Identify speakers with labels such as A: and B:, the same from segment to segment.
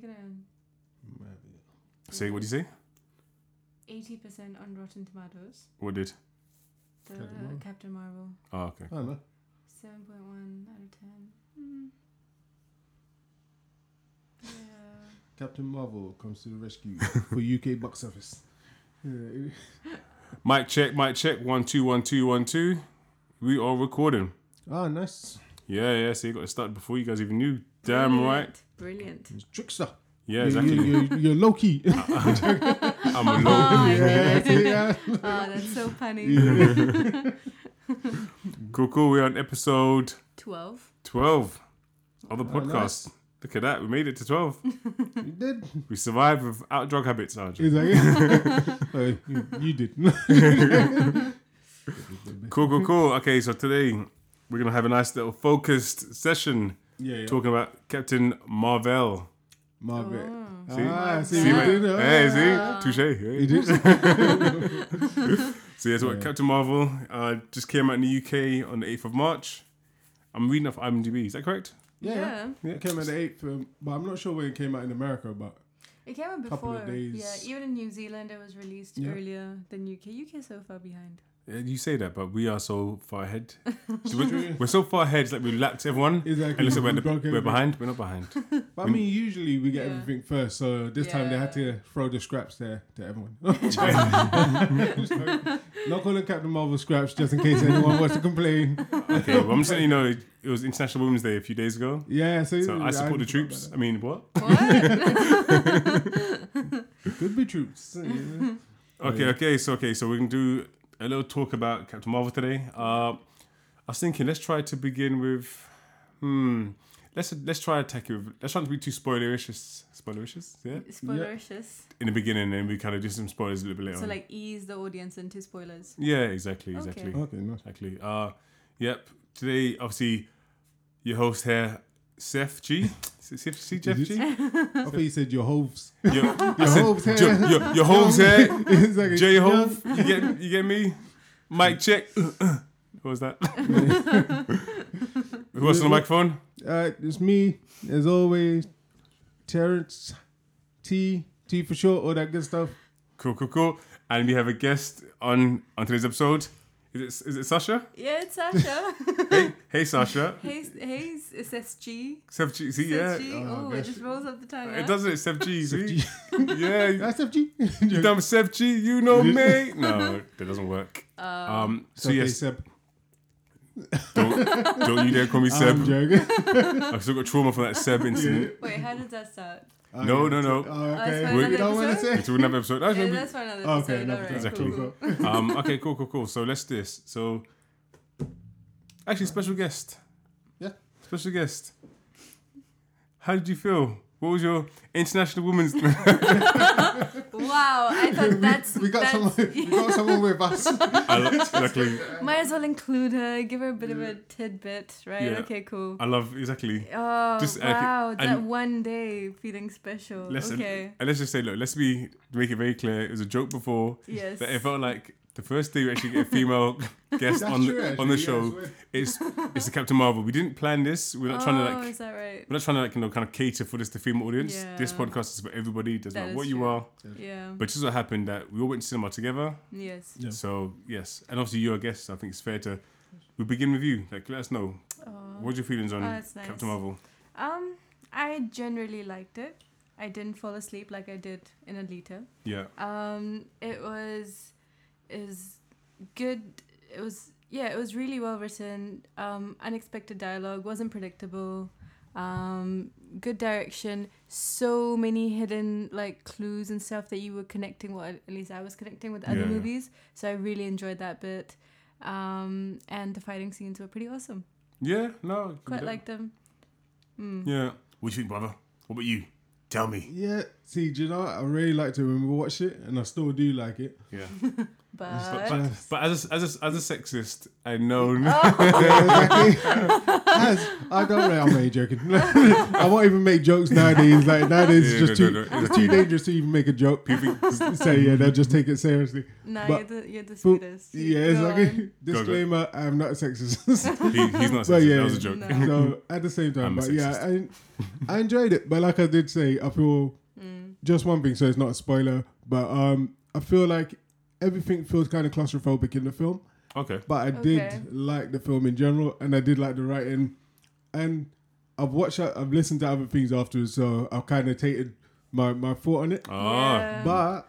A: ground.
B: Say what do you say?
A: 80% on Rotten Tomatoes.
B: What did?
A: The
C: Captain Marvel.
A: Captain Marvel.
B: Oh, okay.
C: I don't know.
A: 7.1 out of 10. Mm. Yeah.
C: Captain Marvel comes to the rescue for UK box office. Yeah,
B: Mic check, mic check. One two, one two, one two. We are recording.
C: Ah, nice.
B: Yeah, yeah. So you got to start before you guys even knew. Damn right.
A: Brilliant.
C: It's Trickster.
B: Yeah,
C: You-
B: exactly.
C: You, are you're low key.
B: I'm a
A: Oh,
B: low.
A: I
C: yeah,
A: realized it.
C: yeah.
A: oh, that's so funny.
B: Cool, cool. We're on episode
A: 12.
B: twelve of the
C: Oh,
B: podcast.
C: nice.
B: Look at that. We made it to twelve.
C: You did.
B: we survived without drug habits. Arjun.
C: He's like, "Oh, you, you did.
B: Cool, cool, cool. Okay, so today we're gonna have a nice little focused session
C: Yeah, yeah.
B: talking about Captain Marvel.
C: Margaret.
A: Oh.
B: See?
C: Ah, see,
B: See,
C: you
B: mate?
C: did it.
B: Hey,
A: Ah.
B: see, touche.
C: You
B: Hey.
C: did.
B: So yeah, so what, Captain Marvel uh, just came out in the UK on the eighth of March. I'm reading off IMDb. Is that correct?
C: Yeah, yeah.
B: Yeah.
C: It came out the 8th, um, but I'm not sure when it came out in America, but
A: It came out before.
C: Couple of days.
A: Yeah, even in New Zealand, it was released
C: Yeah.
A: earlier than UK. UK is so far behind.
B: Yeah, You say that, but we are so far ahead. So we're, we're so far ahead that we lapped everyone.
C: exactly.
B: And listen, we're,
C: we
B: the-
C: broke
B: we're
C: everything.
B: behind. We're not behind.
C: But I mean, usually we get
A: Yeah.
C: everything first, so this time they had
A: Yeah.
C: to throw the scraps there to everyone. not calling Captain Marvel scraps just in case anyone wants to complain.
B: Okay, well, I'm just letting you know it, it was International Women's Day a few days ago.
C: Yeah, so,
B: So I support the
C: forgot
B: troops. I
C: about
B: mean, what?
C: that. Could be troops. you know.
B: Okay, okay, so okay, so we're gonna do a little talk about Captain Marvel today. Uh, I was thinking, let's try to begin with, hmm, let's let's try to take it. With, let's try not to be too spoilericious, spoilericious, yeah.
A: Spoilericious.
B: In the beginning, and we kind of do some spoilers a little bit later.
A: So,
B: on.
A: like, ease the audience into spoilers.
B: yeah, exactly,
A: Okay.
B: exactly,
C: okay, nice.
B: exactly. Uh, yep. Today, obviously, your host here, Seth G. Seth C. Jeff G.
C: I thought you said your hoves.
B: Your, your
C: hoes here.
B: Your, your, your hoes here.
C: exactly.
B: J Hove, you get you get me? Mike check. What was that? Who else on the microphone?
C: Uh, it's me, as always, Terrence T. T for short, all that good stuff.
B: Cool, cool, cool. And we have a guest on on today's episode. Is it is it Sasha?
A: Yeah, it's Sasha.
B: Hey, hey Sasha.
A: hey, hey, it's SG.
B: Sev G, see, yeah.
A: SG.
C: Oh,
A: Oh, it
C: gosh.
A: just rolls up the tongue.
B: It
A: huh?
B: doesn't. It's Sev G, see? Yeah, you-
C: That's FG.
B: you dumb Sev G, you know me. No, that doesn't work. Um, so
C: okay,
B: yes,
C: Seb.
B: don't don't you dare call me
C: I'm
B: Seb.
C: joking.
B: I've still got trauma from that Seb incident.
A: Wait, how does that start?
B: No, no, no.
C: Oh,
A: that's
C: okay.
A: fine.
C: You don't want to
A: Another
C: say.
B: It's another episode. That's
A: Yeah,
B: gonna be-
A: that's for another episode.
C: Okay, no,
A: All right,
B: Exactly.
A: cool, cool.
B: um, okay, cool, cool, cool. So let's do this. So, actually, special guest.
C: Yeah.
B: Special guest. How did you feel? What was your International Women's?
A: Wow, I thought that's.
C: We got
A: that's
C: someone. We got someone with us.
B: I lo- exactly.
A: Might as well include her. Give her a bit of a tidbit, right?
B: Yeah.
A: Okay, cool.
B: I love exactly.
A: Oh
B: Just, okay,
A: wow, that
B: and-
A: one day feeling special.
B: Listen,
A: okay.
B: and let's just say, look, let's be make it very clear. It was a joke before
A: Yes.
B: that it felt like the first day we actually get a female guest on the, on the show. It's it's the Captain Marvel. We didn't plan this. We're not trying to
A: Oh,
B: like
A: is that right?
B: we're not trying to like you know kind of cater for this to female audience. This
A: Yeah.
B: podcast is for everybody. Doesn't
A: That
B: matter
A: is
B: what you
A: true.
B: are.
A: Yeah.
B: But just what happened that we all went to cinema together.
A: Yes.
C: Yeah.
B: So yes, and obviously you're a guest. So I think it's fair to we begin with you. Like let us know
A: Oh.
B: what's your feelings on
A: Oh, that's nice.
B: Captain Marvel.
A: Um, I generally liked it. I didn't fall asleep like I did in Alita.
B: Yeah,
A: Um, it was, is good. It was yeah. It was really well written. Um, unexpected dialogue wasn't predictable. Um, good direction. So many hidden like clues and stuff that you were connecting. Well, at least I was connecting with other
B: Yeah.
A: movies. So I really enjoyed that bit. Um, and the fighting scenes were pretty awesome.
B: yeah, no,
A: Quite liked them. Mm.
B: yeah. What do you think, brother? What about you? Tell me.
C: Yeah. See, do you know what? I really liked it when we watched it, and I still do like it.
B: Yeah.
A: Uh,
B: But,
A: But
B: but, but as, a, as, a, as a sexist, I know.
C: Yeah, exactly. As- I don't really, I'm only joking. I won't even make jokes nowadays. Like nowadays,
B: Yeah,
C: it's just
B: no,
C: too,
B: no, no,
C: it's too dangerous to even make a joke. People say, yeah, they'll just take it seriously.
A: no,
C: but-
A: you're the you're the
C: But-
A: sweetest.
C: yeah,
A: Go
C: exactly.
A: on.
C: Disclaimer: I'm not sexist.
B: He, he's not sexist.
C: Well, yeah,
B: that was a
A: yeah.
B: joke.
A: No.
C: so at the same time,
B: I'm a
C: but yeah, I, I enjoyed it. But like I did say, I feel
A: Hmm.
C: just one thing, so it's not a spoiler. But um, I feel like everything feels kind of claustrophobic in the film.
B: Okay.
C: But I did
A: Okay.
C: like the film in general, and I did like the writing. And I've watched, I've listened to other things afterwards, so I've kind of taken my, my thought on it.
B: Ah.
A: Yeah.
C: But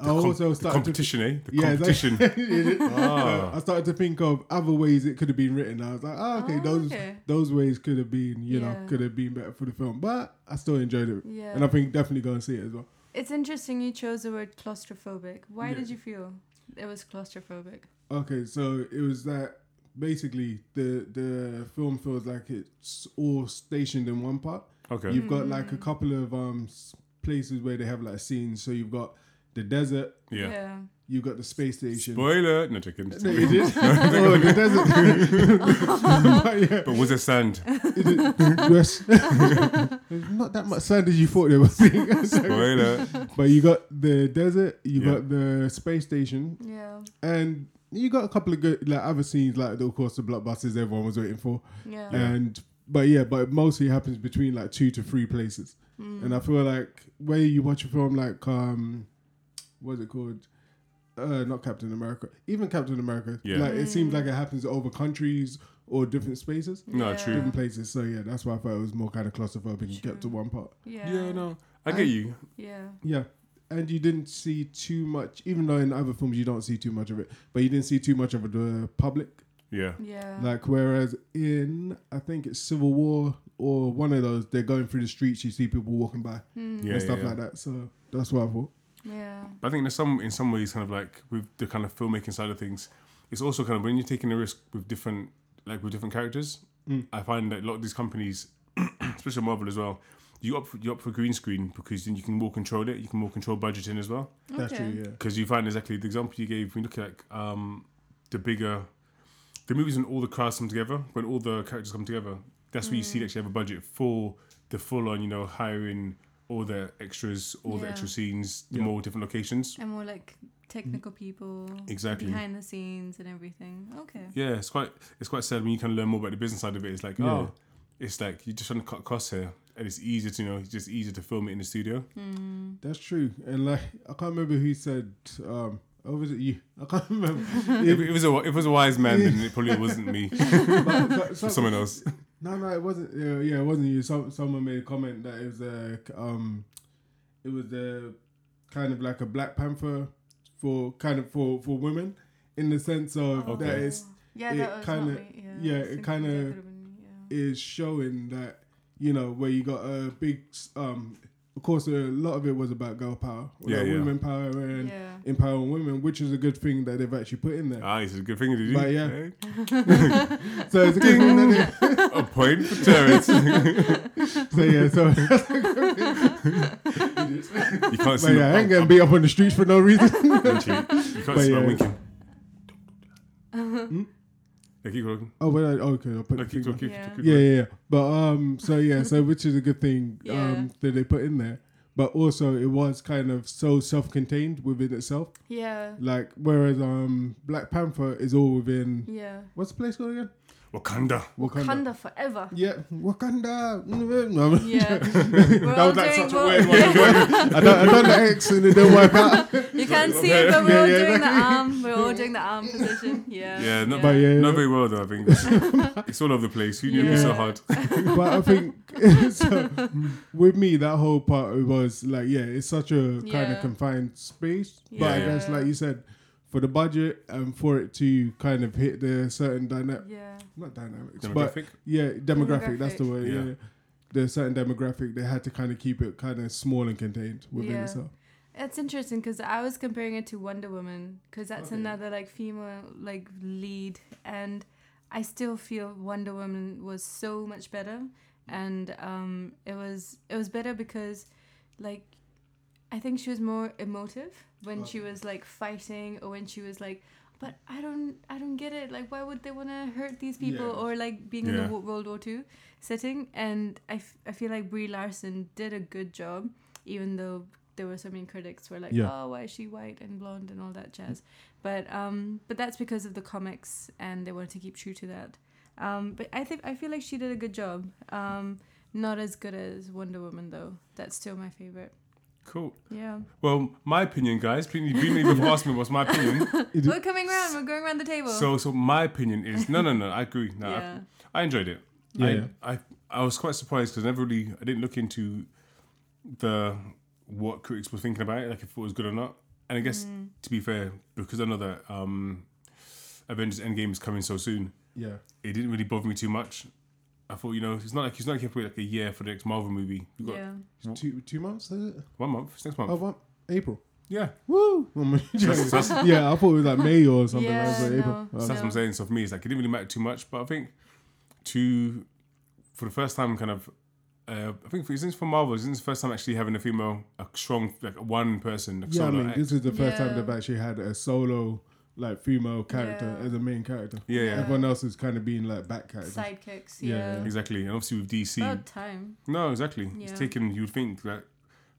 C: I
B: Com-
C: also
B: the
C: started to
B: competition, eh? The
C: Yeah, it's
B: competition. Ah.
C: uh, I started to think of other ways it could have been written. I was like, oh, okay,
A: Oh,
C: those
A: okay.
C: those ways could have been, you know,
A: Yeah.
C: could have been better for the film. But I still enjoyed it,
A: Yeah.
C: and I think definitely go and see it as well.
A: It's interesting you chose the word claustrophobic. Why
C: Yeah.
A: did you feel it was claustrophobic?
C: Okay, so it was that basically the the film feels like it's all stationed in one part.
B: Okay.
C: You've got like
A: Mm-hmm.
C: a couple of um s- places where they have like scenes. So you've got the desert,
B: yeah.
C: you've got the space station.
B: Spoiler. No, chicken.
C: No, you did. oh, the desert. but yeah.
B: But was it sand?
C: Is it- yes. There's not that much sand as you thought there was.
B: Spoiler.
C: but you got the desert, you
B: Yeah.
C: got the space station,
A: Yeah.
C: and you got a couple of good like other scenes, like of course the blockbusters everyone was waiting for,
A: Yeah.
C: and but yeah, but it mostly happens between like two to three places,
A: Mm.
C: and I feel like where you watch a film like um, what's it called? Uh, not Captain America. Even Captain America,
B: Yeah.
C: like it seems like it happens over countries or different spaces
B: No,
A: yeah.
B: true.
C: different places. So yeah, that's why I thought it was more kind of claustrophobic and kept to one part.
A: Yeah.
B: Yeah, no. I get you.
A: Yeah.
C: Yeah. And you didn't see too much, even though in other films you don't see too much of it, but you didn't see too much of the public.
B: Yeah.
A: Yeah.
C: Like, whereas in, I think it's Civil War or one of those, they're going through the streets, you see people walking by
B: Yeah.
C: and stuff
B: yeah.
C: like that. So that's what I thought.
A: Hmm. yeah.
B: But I think there's some in some ways kind of like with the kind of filmmaking side of things, it's also kind of when you're taking a risk with different like with different characters.
C: Mm.
B: I find that a lot of these companies, especially Marvel as well, you up you up for green screen because then you can more control it. You can more control budgeting as well
C: That's
A: Okay.
C: true, yeah.
B: because you find exactly the example you gave. We look at like, um, the bigger the movies when all the crowds come together, when all the characters come together. That's where you
A: Mm.
B: see they actually have a budget for the full on, you know, hiring all the extras, all the
A: Yeah.
B: extra scenes, the
C: Yeah.
B: more different locations.
A: And more like technical people.
B: Exactly.
A: Behind the scenes and everything. Okay.
B: yeah, it's quite it's quite sad when you kind of learn more about the business side of it. It's like, oh, it's like you're just trying to cut costs here, and it's easier to you know, it's just easier to film it in the studio.
A: Hmm.
C: That's true. And like, I can't remember who said, um, or was it you? I can't remember.
B: If it was a if it was a wise man, then it probably wasn't me,
C: But- so-
B: someone else.
C: No, no, it wasn't. Yeah, yeah, it wasn't you. Some, someone made a comment that it was a um, it was a kind of like a Black Panther for kind of for for women in the sense of that
B: Okay.
C: it's
A: yeah,
C: it
A: that was
C: kinda-
A: not me. Yeah,
C: yeah,
A: I
C: it
A: was thinking
C: kinda-
A: that could've been- yeah.
C: is showing that you know where you got a big um, of course a lot of it was about girl power,
B: Yeah,
C: like
B: yeah.
C: women power and
A: Yeah.
C: empowering women, which is a good thing that they've actually put in there.
B: Ah, it's a good thing to do.
C: But yeah.
B: eh?
C: So it's a good thing that they
B: a point for Terrence. you
C: so yeah, so
B: can't
C: but
B: see.
C: yeah, I ain't
B: I'm-
C: getting beat up on the streets for no reason.
B: I'm literally- you can't
C: But
B: see. I'm
C: yeah.
B: winking. Yeah, keep talking.
C: Oh, wait, okay, I'll put
B: No,
C: the
B: keep
C: finger.
B: talking.
A: Yeah.
B: keep talking.
C: yeah, yeah. yeah. But um, so yeah, so which is a good thing um
A: Yeah.
C: that they put in there. But also, it was kind of so self-contained within itself.
A: Yeah.
C: Like whereas um, Black Panther is all within
A: Yeah.
C: what's the place called again?
B: Wakanda.
C: Wakanda.
A: Wakanda forever.
C: Yeah, Wakanda. Mm-hmm. No,
A: Yeah. We're
C: that
A: all
C: was like
A: doing
C: such a
A: what-
C: weird one. I don't, I don't like X and it don't work out.
A: You can't see it, but we're
C: Yeah,
A: all
C: yeah,
A: doing
C: exactly.
A: the arm. We're all doing the arm position. Yeah.
B: Yeah, not,
C: But yeah, yeah.
B: not very well though. I think it's, it's all over the place. Who knew it'd be so
A: Yeah.
B: hard?
C: but I think so, with me that whole part it was like yeah, it's such a kind
A: Yeah.
C: of confined space. But I
B: Yeah.
C: guess like you said, for the budget and for it to kind of hit the certain dynamic,
A: Yeah.
C: not dynamics, but
B: Demographic.
C: yeah, demographic. That's the
A: Demographic.
C: word.
B: Yeah.
C: Yeah. the certain demographic. They had to kind of keep it kind of small and contained within
A: Yeah.
C: itself.
A: That's interesting because I was comparing it to Wonder Woman because that's
C: Okay.
A: another like female like lead, and I still feel Wonder Woman was so much better, and um, it was it was better because like I think she was more emotive when she was like fighting or when she was like, but I don't, I don't get it. Like, why would they want to hurt these people
C: Yeah.
A: or like being in the
B: Yeah.
A: wo- World War Two setting? And I, f- I feel like Brie Larson did a good job, even though there were so many critics who were like,
C: Yeah.
A: oh, why is she white and blonde and all that jazz. But um, but that's because of the comics and they wanted to keep true to that. Um, but I think I feel like she did a good job. Um, not as good as Wonder Woman though. That's still my favorite.
B: Cool.
A: Yeah.
B: Well, my opinion, guys. Please, you didn't even ask me what's my opinion.
C: It-
A: We're coming round. We're going around the table.
B: So, so my opinion is no, no, no. I agree. No, I-
A: yeah.
B: I, enjoyed it.
C: Yeah.
B: I, I, I was quite surprised because never really, I didn't look into the what critics were thinking about it, like if it was good or not. And I guess
A: Mm-hmm.
B: to be fair, because I know that um, Avengers Endgame is coming so soon,
C: yeah,
B: it didn't really bother me too much. I thought, you know, it's not like it's not like you have to wait like a year for the next Marvel movie. You've got
A: yeah.
C: two two months. Is it?
B: one month, it's next month.
C: Oh, what? April.
B: Yeah,
C: Woo!
B: That's- that's-
C: yeah, I thought it was like May or something.
A: Yeah,
C: like, that, April.
A: no.
C: Uh,
B: So that's what I'm saying. So for me, it's like it didn't really matter too much. But I think to for the first time, kind of, uh, I think for, isn't this for Marvel? Isn't this the first time actually having a female, a strong like one person? Like,
C: yeah, I
B: solo
C: mean,
B: act?
C: this is the first time
A: Yeah.
C: they've actually had a solo, like female character
A: Yeah.
C: as a main character.
B: yeah, yeah,
A: Yeah.
C: Everyone else has kind of been like back characters.
A: Sidekicks.
C: Yeah,
A: Yeah.
C: yeah.
B: exactly. And obviously with DC,
A: About time.
B: no, exactly.
A: Yeah.
B: It's taken. You'd think like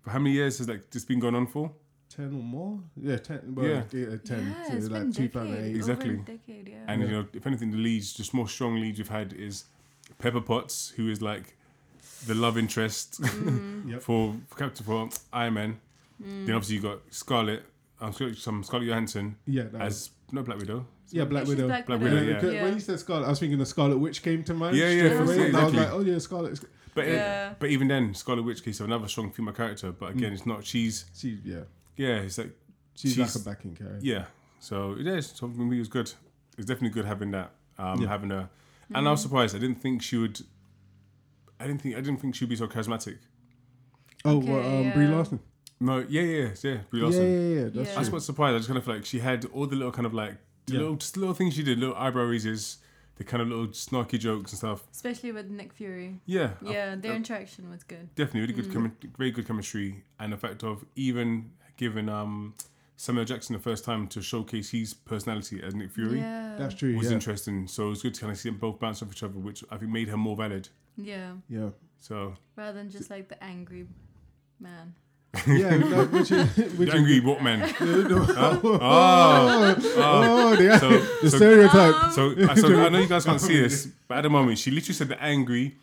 B: for how many years has like this been going on for?
C: ten or more? Yeah, ten. Well, yeah,
B: Yeah.
C: ten.
A: yeah,
C: so
A: it's
C: like
A: been
C: two
A: decade,
C: thousand eight.
A: over
B: Exactly.
A: a decade. Yeah.
B: And you know, if anything, the leads, just more strong leads we've had is Pepper Potts, who is like the love interest
C: Yep. Mm.
B: for for Captain for Iron Man.
A: Mm-hmm.
B: Then obviously you got Scarlet, um, Scarlett- some Scarlett Johansson
C: Yeah, that was-
B: as no Black Widow.
C: yeah, Black
A: She's
C: Widow.
A: Black
B: Black
C: Yeah,
A: Widow.
B: Widow,
C: because
A: yeah.
C: When you said Scarlet, I was thinking the Scarlet Witch came to mind.
B: Yeah, yeah,
C: straight
A: yeah,
C: away,
A: yeah,
C: and I was
B: exactly.
C: like, oh yeah, Scarlet.
B: But e,
A: Yeah.
B: but even then, Scarlet Witch case of another strong female character. But
C: Mm.
B: again, it's not. She's
C: She, yeah,
B: yeah. It's like
C: she's,
B: She's-
C: like a backing character.
B: yeah. So it is. So for me, it was good. It's definitely good having that. Um,
C: Yeah. Mm.
B: having her. And I was surprised. I didn't think she would. I didn't think. I didn't think she'd be so charismatic.
C: Oh,
A: Okay,
C: well, um, Brie
A: yeah.
C: Larson.
B: No. Yeah. Yeah. Yeah. Brie
C: Yeah,
B: Larson.
C: yeah, yeah. That's
A: Yeah.
C: true.
B: That's what's surprised. I just kind of like she had all the little kind of like
C: Hmm.
B: the
C: Yeah.
B: little just little things she did, little eyebrow raises, the kind of little snarky jokes and stuff.
A: Especially with Nick Fury.
B: Yeah. I-
A: Yeah, their
B: uh,
A: interaction was good.
B: Definitely really good,
C: Hmm.
B: chemi- very good chemistry, and the fact of even giving um, Samuel Jackson the first time to showcase his personality as Nick Fury
A: Yeah.
C: That's true.
B: was
C: yeah.
B: interesting. So it was good to kind of see them both bounce off each other, which I think made her more valid.
A: yeah.
C: Yeah,
B: So
A: Rather than just like the angry man.
C: yeah, no, which is which
B: the angry Walkman.
C: oh, oh, the,
B: So-
C: the
B: so-
C: stereotype.
B: So, uh, so I know you guys can't see this, but at the moment she literally said the angry.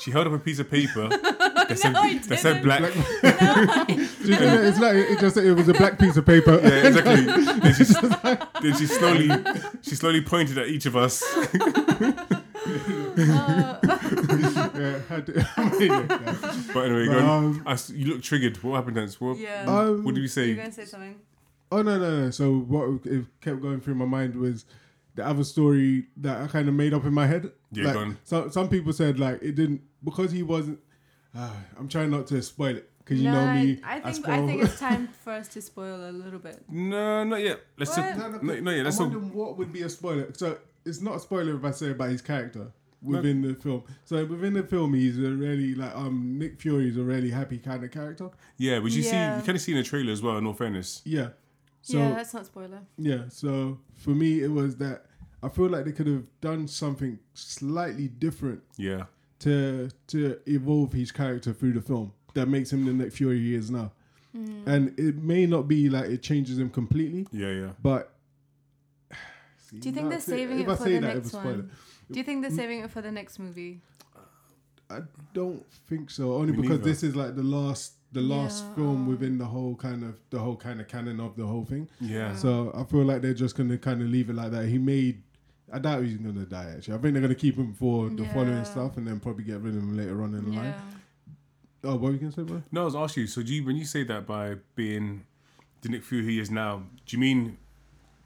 B: She held up a piece of paper that, said,
A: I
B: that said
A: didn't.
B: black.
C: Do you know, it's like it just it was a black piece of paper.
B: Yeah, exactly. then, she, then she slowly, she slowly pointed at each of us.
A: Uh,
C: Yeah, had to- yeah.
B: But anyway, go
C: But,
B: on.
C: um,
B: I s- you look triggered. What happened, Dance? What,
A: Yeah.
C: um,
B: what did we say?
A: You're going to say something?
C: Oh no, no, no. So what it kept going through my mind was the other story that I kind of made up in my head.
B: Yeah,
C: like,
B: go on.
C: So, some people said like it didn't because he wasn't. ah, I'm trying not to spoil it because you know me.
A: I
C: I
A: think I,
C: spoil-
A: think it's time for us to spoil a little bit.
B: No, not yet. Let's
A: What?
B: just,
C: No,
B: no,
C: no,
B: no, yeah. Let's
C: I'm
B: talk.
C: wondering what would be a spoiler. So it's not a spoiler if I say about his character within the film. So within the film, he's a really like um Nick Fury is a really happy kind of character.
B: Yeah, but you see,
A: Yeah.
B: you kind of see in the trailer as well. In all fairness,
C: Yeah. So
A: yeah, that's not spoiler.
C: Yeah, so for me, it was that I feel like they could have done something slightly different
B: yeah,
C: to to evolve his character through the film that makes him the Nick Fury he is now.
A: Mm.
C: And it may not be like it changes him completely,
B: yeah, yeah.
C: but
A: Do you think they're saving it for the next one? Do you think they're saving it for the next movie?
C: I don't think so. Only
B: Me
C: because
B: neither.
C: this is like the last the last
A: Yeah,
C: film
A: um,
C: within the whole kind of the whole kind of canon of the whole thing.
B: Yeah.
C: So I feel like they're just gonna kind of leave it like that. He made. I doubt he's gonna die. Actually, I think they're gonna keep him for the
A: Yeah.
C: following stuff, and then probably get rid of him later on in line.
A: Yeah.
C: Oh, what were you gonna say, bro?
B: No, I was asking you. So, do you when you say that by being the Nick Fury he is now, do you mean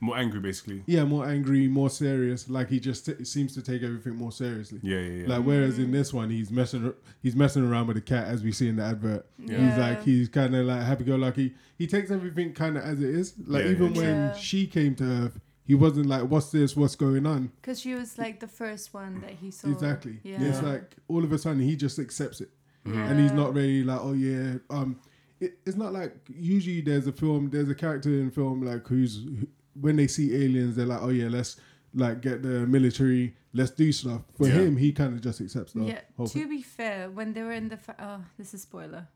B: more angry, basically?
C: Yeah, more angry, more serious. Like he just t- seems to take everything more seriously.
B: Yeah, yeah, yeah.
C: Like whereas in this one, he's messing he's messing around with the cat as we see in the advert.
A: Yeah.
C: He's like he's kind of like happy go lucky. He takes everything kind of as it is. Like
B: Yeah,
C: even
B: yeah,
C: when
A: yeah.
C: she came to Earth, he wasn't like, "What's this? What's going on?"
A: Because she was like the first one that he saw.
C: Exactly.
A: Yeah.
C: It's like all of a sudden he just accepts it.
B: Mm-hmm.
A: Yeah.
C: and he's not really like, oh yeah, um, it, it's not like usually there's a film, there's a character in film like who's who, when they see aliens, they're like, oh yeah, let's like get the military, let's do stuff. For
B: Yeah.
C: him, he kind of just accepts the
A: Yeah.
C: whole thing.
A: To be fair, when they were in the fi- oh, this is spoiler.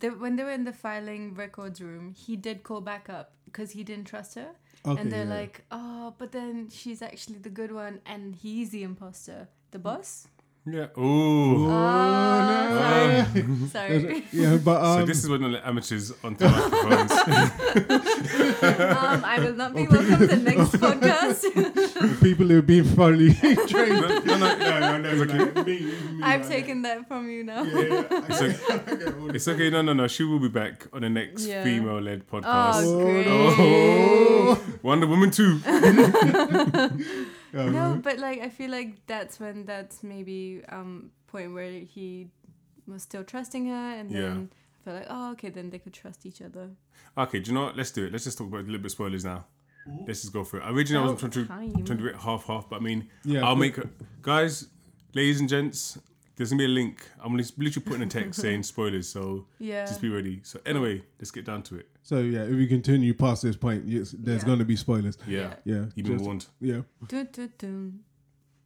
A: The, when they were in the filing records room, he did call back up because he didn't trust her,
C: Okay,
A: and they're
C: yeah.
A: like, "Oh, but then she's actually the good one, and he's the imposter, the boss."
B: Yeah. Ooh.
C: Oh, no.
A: Sorry.
C: yeah, but um,
B: so this is when the amateurs on the microphones.
A: um, I will not be welcome to the next podcast.
C: people who've been thoroughly trained.
B: no, no, no, no, no, it's okay.
C: Like, me, even me,
A: I've
C: like,
A: taken that from you now.
C: Yeah, yeah, I
B: It's
C: get-
B: okay.
C: I get all
B: It's okay. No, no, no. She will be back on the next
A: Yeah.
B: female-led podcast.
A: Oh,
C: Oh,
A: great.
B: Oh, Wonder Woman too.
C: Yeah,
B: Uh-huh.
A: No, but like I feel like that's when that's maybe um point where he was still trusting her, and
B: Yeah.
A: then I felt like, oh, okay, then they could trust each other.
B: Okay, do you know what? Let's do it. Let's just talk about a little bit of spoilers now. Let's just go through it. Originally, I was
A: About
B: trying to
A: time.
B: trying to do it half half, but I mean,
C: Yeah,
B: I'll
C: cool.
B: make a- guys, ladies and gents. There's gonna be a link. I'm gonna literally put in a text saying spoilers, so
A: Yeah.
B: just be ready. So anyway, let's get down to it.
C: So yeah, if we continue past this point, yes, there's
A: Yeah.
C: going to be spoilers.
B: Yeah,
C: Yeah,
B: you've been
C: just-
B: warned.
C: Yeah,
A: Dun, dun, dun.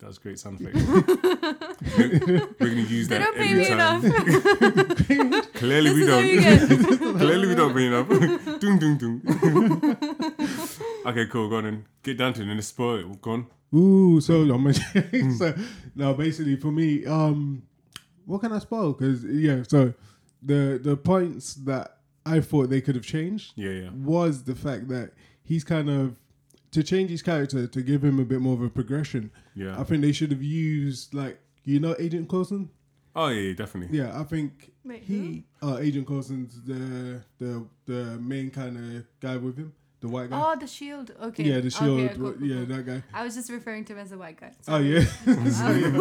B: That was a great sound effect. We're gonna use
A: They
B: that
A: don't pay
B: every
A: me
B: time.
A: enough.
B: Clearly,
A: this
B: we
A: is all
B: don't.
A: you get.
B: Clearly, we don't bring it up. doom, doom, doom. okay, cool. Go on and get down to it and let's spoil it. Go on.
C: Ooh, so
B: Mm.
C: I'm so no. Basically, for me, um, what can I spoil? Because yeah, so the the points that I thought they could have changed
B: Yeah, yeah.
C: was the fact that he's kind of to change his character to give him a bit more of a progression.
B: Yeah.
C: I think they should have used like you know Agent Coulson.
B: Oh, yeah, yeah, definitely.
C: Yeah, I think
A: Wait,
C: he uh, Agent Coulson's the the the main kind of guy with him, the white guy.
A: oh, the shield. Okay.
C: Yeah, the shield.
A: Okay, cool, cool,
C: yeah,
A: cool.
C: that guy.
A: I was just referring to him as a white guy. Um,
C: Oh yeah. So, yeah.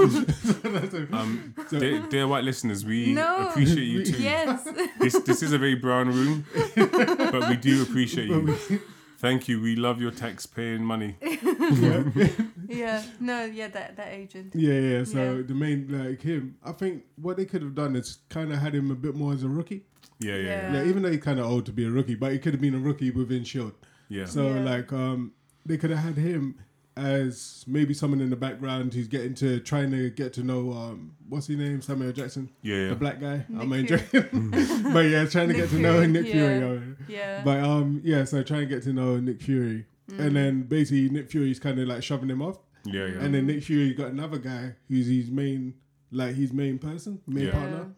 C: That's it.
B: Um, dear, dear white listeners, we
A: No.
B: appreciate you too.
A: yes.
B: This this is a very brown room, but we do appreciate you. Thank you. We love your tax-paying money.
A: yeah. No. Yeah. That that agent.
C: yeah, yeah. So
A: Yeah.
C: the main like him, I think what they could have done is kind of had him a bit more as a rookie.
B: Yeah, yeah, yeah.
A: Yeah.
C: Yeah, even though he's kind of old to be a rookie, but he could have been a rookie within Shield.
B: yeah.
C: So
A: Yeah.
C: like um they could have had him as maybe someone in the background who's getting to trying to get to know um what's his name Samuel Jackson
B: Yeah, yeah.
C: the black guy I'm
A: Nick
C: enjoying but yeah trying to
A: Nick
C: get to know
A: Fury,
C: Nick Fury
A: yeah.
C: oh,
A: Yeah.
C: but um yeah so trying to get to know Nick Fury
A: Mm.
C: and then basically Nick Fury's kind of like shoving him off
B: yeah, yeah.
C: and then Nick Fury got another guy who's his main like his main person main
B: Yeah.
C: partner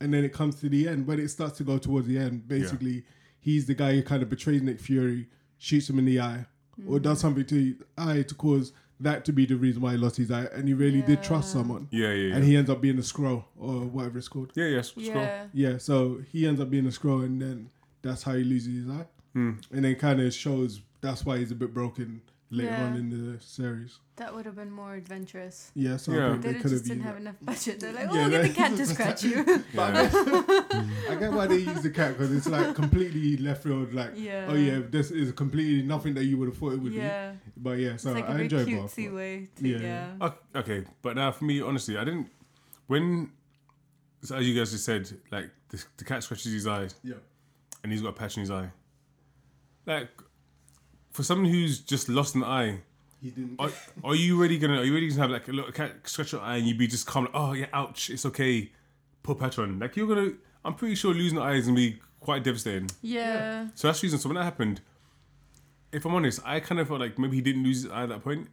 C: and then it comes to the end, but it starts to go towards the end. Basically, he's the guy who kind of betrays Nick Fury, shoots him in the eye, or
A: Mm.
C: does something to his eye to cause that to be the reason why he lost his eye. And he really did trust
A: Yeah.
C: someone,
B: yeah, yeah,
C: and
B: yeah.
C: he ends up being a scroll or whatever it's called.
B: Yeah, yeah. s- Scroll.
A: yeah.
C: Yeah, so he ends up being a scroll, and then that's how he loses his eye,
B: Hmm.
C: and then kind of shows that's why he's a bit broken later
A: Yeah.
C: on in the series.
A: That would have been more adventurous.
C: Yeah, so
B: Yeah.
C: I think
A: They,
C: they, could
A: just
C: have
A: didn't
C: used
A: have
C: that.
A: enough budget. They're like,
C: Yeah,
A: oh, we'll get
C: they-
A: the cat to scratch you.
B: Yeah.
C: I get why they use the cat because it's like completely left field, like
A: yeah.
C: Oh yeah, this is completely nothing that you would have thought it would
A: Yeah.
C: be. But yeah,
A: It's
C: so
A: like a
C: I
A: very
C: enjoy both.
A: cutesy way to, yeah.
C: Yeah.
B: Ok- Okay, but now for me, honestly, I didn't. When, so as you guys just said, like the, the cat scratches his eye
C: Yeah.
B: and he's got a patch in his eye. Like, for someone who's just lost an eye,
C: He didn't
B: are, are you really gonna? Are you really gonna have like a little cat scratch your eye and you be just calm? Like, oh yeah, ouch, it's okay. Put patch on. Like you're gonna. I'm pretty sure losing an eye is gonna be quite devastating.
A: Yeah.
B: So that's the reason. So when that happened, if I'm honest, I kind of felt like maybe he didn't lose his eye at that point.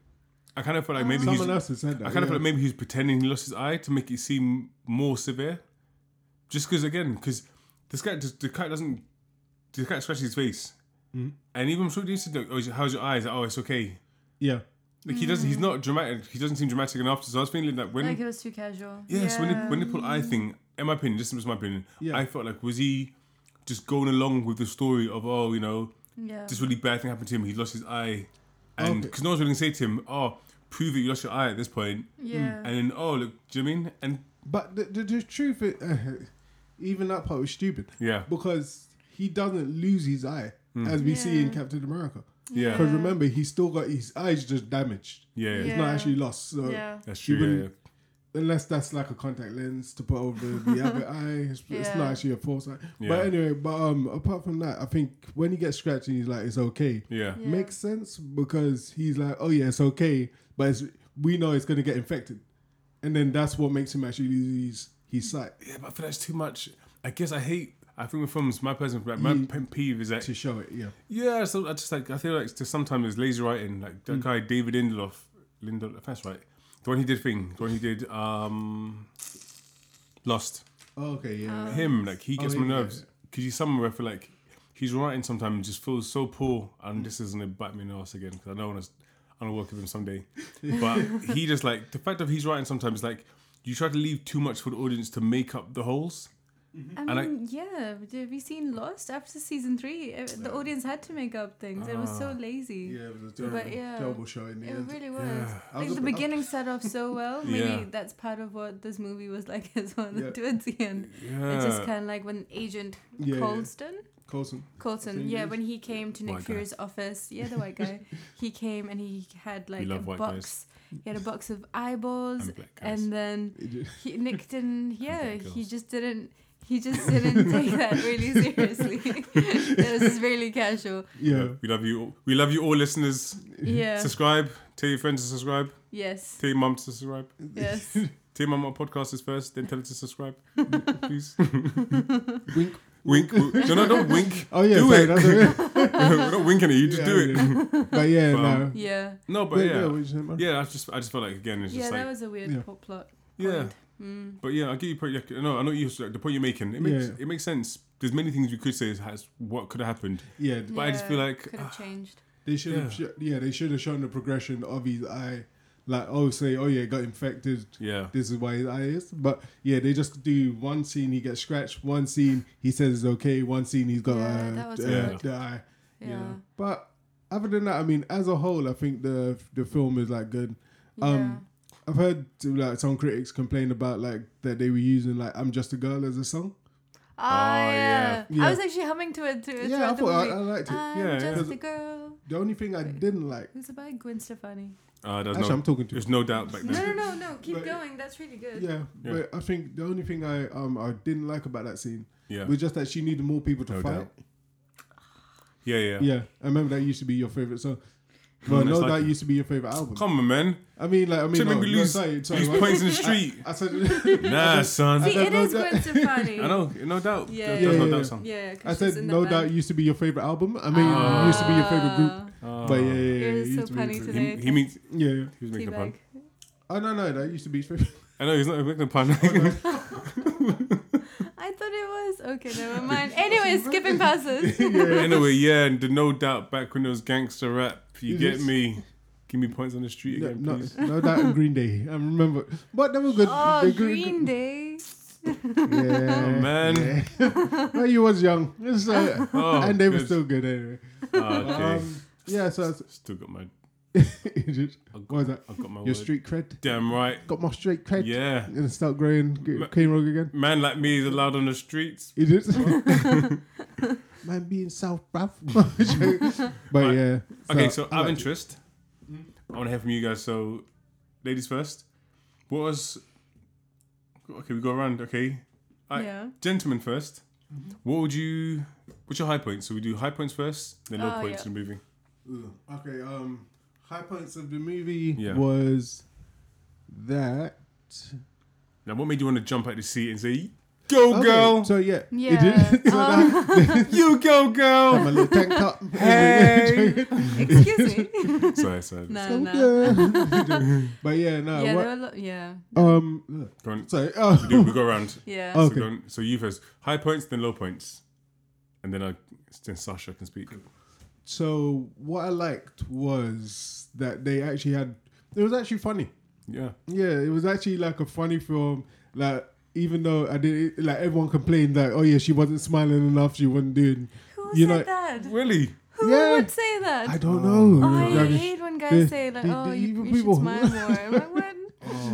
B: I kind of felt like maybe he's,
C: someone else has said that.
B: I kind of
C: yeah.
B: feel like maybe he's pretending he lost his eye to make it seem more severe. Just because, again, because this guy, the cat doesn't, the cat scratches his face,
C: Hmm.
B: and even I'm sure he said, like, "Oh, is- how's your eyes?" oh, it's okay.
C: yeah.
B: Like he doesn't, he's not dramatic. He doesn't seem dramatic enough. So I was feeling like when,
A: Like it was too casual.
B: yeah, so when they, when they pull eye thing, in my opinion, this is my opinion.
C: Yeah.
B: I felt like was he just going along with the story of oh, you know,
A: yeah.
B: this really bad thing happened to him. He lost his eye, and
C: Okay.
B: because no one's really gonna say to him, "Oh, prove it, you lost your eye." At this point,
A: yeah.
B: and then oh, look, do you know what I mean? And
C: But the, the, the truth is, even that part was stupid
B: yeah,
C: because he doesn't lose his eye
B: Hmm.
C: as we see in
A: Yeah.
C: Captain America.
B: yeah.
C: Because remember, he's still got his eyes just damaged.
B: Yeah, yeah.
C: It's not
A: Yeah.
C: actually lost. So
A: yeah.
B: that's
C: He
B: true. Yeah, yeah.
C: wouldn't- unless that's like a contact lens to put over the other eye, it's, it's
A: Yeah.
C: not actually a false eye.
B: Yeah.
C: But anyway, but um, apart from that, I think when he gets scratched and he's like, it's okay,
B: Yeah.
A: Yeah.
C: makes sense because he's like, oh yeah, it's okay, but it's, we know it's gonna get infected, and then that's what makes him actually lose his sight
B: Yeah, but I feel that's too much. I guess I hate. I think with films, my personal like, my
C: Ye-
B: pet peeve is that
C: to show it. Yeah,
B: yeah. So I just like I feel like to sometimes it's lazy writing. Like that guy David Lindelof, Lindelof, if that's right. The one he did thing, the one he did um, Lost.
C: oh, okay, yeah,
A: Um,
C: yeah.
B: Him like he
C: Oh,
B: gets
C: yeah,
B: my
C: yeah,
B: nerves because he's someone where I feel like he's writing sometimes just feels so poor, and this isn't a bite me in the ass again because I know I want to. I want to work with him someday, but he just like the fact that he's writing sometimes like you try to leave too much for the audience to make up the holes.
A: I
B: And I-
A: mean, yeah. but Have you seen Lost after season three? uh, The audience had to make up things. It was so lazy.
C: Yeah, it was a terrible,
A: But, yeah.
C: terrible show in the
A: It
C: end.
A: really was.
C: I
A: Like
C: was
A: the
C: a bit-
A: beginning set off so well. Maybe
B: Yeah.
A: that's part of what this movie was like as well.
C: Yeah.
A: Towards the end,
B: Yeah.
A: it's just kind of like when Agent
C: Yeah, yeah.
A: Colston,
C: Colson.
A: Colson,
C: Think
A: yeah,
C: he's-
A: when he came to Nick
B: White guy.
A: Fury's office, yeah, the white guy, he came and he had like a
B: love white guys.
A: box. He had a box of eyeballs,
B: And black guys.
A: and then he, Nick didn't. Yeah,
B: black
A: he
B: girls.
A: just didn't. He just didn't take that really seriously. it was really casual.
C: Yeah,
B: We love you. All. We love you all, listeners.
A: Yeah.
B: Subscribe. Tell your friends to subscribe.
A: Yes.
B: Tell your mum to subscribe.
A: Yes.
B: Tell your mum what podcast is first, then tell her to subscribe. Please.
C: wink.
B: wink. No, no, don't wink.
C: Oh yeah,
B: Do
C: sorry,
B: it.
C: that's okay.
B: We're not winking at you. Just
C: Yeah,
B: do it.
C: yeah. But yeah,
B: Um,
C: no.
A: Yeah.
B: No, but
C: Wait, no,
B: yeah,
C: what you said, man?
B: yeah. I just, I just felt like again, it's
A: Yeah,
B: just
A: that
B: like,
A: was a weird
C: Yeah.
A: po- plot.
B: yeah.
A: point. Mm.
B: But yeah, I get you. Point. Yeah, no, I know you. Like, the point you're making, it makes,
C: Yeah.
B: it makes sense. There's many things you could say has what could have happened,
C: Yeah,
B: but I just feel like ah,
A: could have changed.
C: They should have,
B: Yeah.
C: sho- yeah, they should have shown the progression of his eye, like oh, say oh yeah, it got infected.
B: yeah,
C: This is why his eye is. But yeah, they just do one scene he gets scratched, one scene he says it's okay, one scene he's got
A: Yeah,
C: uh,
A: that was
C: uh,
B: weird.
C: the eye.
A: Yeah.
C: But other than that, I mean, as a whole, I think the the film is like good. Um, I've heard like some critics complain about like that they were using like "I'm Just a Girl" as a song.
A: yeah. Ah,
B: Oh,
A: yeah.
B: yeah.
A: I
C: Yeah.
A: was actually humming to it too.
C: yeah, I thought I, I liked it.
A: am
B: Yeah, yeah.
A: just a girl
C: the only thing I didn't like,
A: who's by Gwen Stefani.
B: uh, there's
C: actually,
B: no,
C: I'm talking to
B: there's no doubt back
A: No,
B: then.
A: no, no, no. Keep
C: But-
A: going. That's really good.
C: Yeah,
B: Yeah.
C: but I think the only thing I um I didn't like about that scene
B: Yeah,
C: was just that she needed more people to
B: No
C: fight.
B: doubt. yeah, yeah.
C: Yeah. I remember that used to be your favorite song.
B: No,
C: Well,
B: that's
C: no,
B: like
C: that
B: it.
C: used to be your favorite album.
B: Come on, man.
C: I mean, like, I mean,
B: Should
C: no,
B: make me
C: no,
B: lose-
C: sorry, sorry,
B: These
C: what-
B: points in the street.
C: I said,
B: Nah, son.
A: See,
C: I
A: it
C: don't
A: is
C: know
A: Gwen Stefani.
B: I know, no doubt.
A: Yeah,
B: There's
A: yeah,
B: no
C: yeah,
B: doubt,
C: yeah.
B: son.
A: Yeah, 'cause
C: I
A: she's
C: said,
A: in
C: no
A: the
C: doubt
A: band.
C: used to be your favorite album. I mean,
B: Ah. Oh.
C: it used to be your favorite group.
B: Uh,
C: But yeah, yeah, yeah,
A: You're
C: it used
A: so
C: to be
A: funny
C: your favorite-
B: He,
A: today.
B: he means
C: Yeah, yeah.
B: he was making a
A: Teabag.
C: Oh
B: pun.
C: no, no, that used to be his favorite.
B: I know he's not making a pun.
A: I thought it was. Okay, never mind. Anyways, skipping passes.
B: anyway, yeah, and the no doubt back when it was gangster rap. You
C: Is
B: get
C: this-
B: me. Give me points on the street
C: no,
B: again,
C: no,
B: please.
C: no, that and Green Day. I remember, but they were good.
A: Oh,
C: the
A: Green Day.
C: Yeah,
B: Oh, man.
C: Yeah. well, you was young, It's, uh,
B: Oh,
C: and they were
B: good.
C: still good anyway.
B: Ah, okay.
C: Um, yeah, so that's,
B: Still got my. I
C: what was
B: got,
C: that?
B: I got my.
C: Your
B: Word.
C: street cred.
B: Damn right.
C: Got my straight cred.
B: Yeah.
C: And it start growing,
B: Ma-
C: get, came wrong again.
B: Man like me is allowed on the streets.
C: It is.
B: Oh.
C: Man, being south, bruv. but
B: Right.
C: yeah.
B: Okay, so out of
C: like-
B: interest, I want to hear from you guys. So, ladies first. What was? Okay, we go around. Okay, Alright.
A: Yeah.
B: gentlemen first.
A: Mm-hmm.
B: What would you? What's your high points? So we do high points first, then low
A: Oh,
B: points
A: yeah.
B: in the movie.
C: Ugh. Okay, um, high points of the movie
B: Yeah.
C: was that.
B: Now, what made you want to jump out the seat and say, "Go,
C: Okay,
B: girl!
C: So yeah. it
A: Yeah.
C: is. So
A: Um,
C: that-
B: you go,
C: I'm a
B: girl!"
C: little tank top.
B: Hey.
A: Excuse me.
B: sorry, sorry.
A: no,
C: So,
A: no.
C: yeah. but yeah,
A: Yeah,
C: no. what-
A: there were a lot. Yeah.
C: um, ugh,
B: Go on.
C: sorry. Oh,
B: We, do, we go around.
A: Yeah.
C: Oh.
B: So,
C: Okay.
B: go on. so you first. High points, then low points, and then I, then Sasha can speak.
C: So what I liked was that they actually had. It was actually funny.
B: Yeah.
C: Yeah, it was actually like a funny film. Like even though I did, not like everyone complained that oh yeah, she wasn't smiling enough. She wasn't doing.
A: Who
C: You
A: said
C: know-
A: that?
B: Really?
A: Who
C: Yeah.
A: would say that?
C: I don't know.
A: Oh, I
C: Like,
A: hate when
C: the-
A: guys say like,
C: the-
A: "Oh,
C: the
A: you,
C: evil
A: you should
C: people."
A: smile more." I'm like, "What?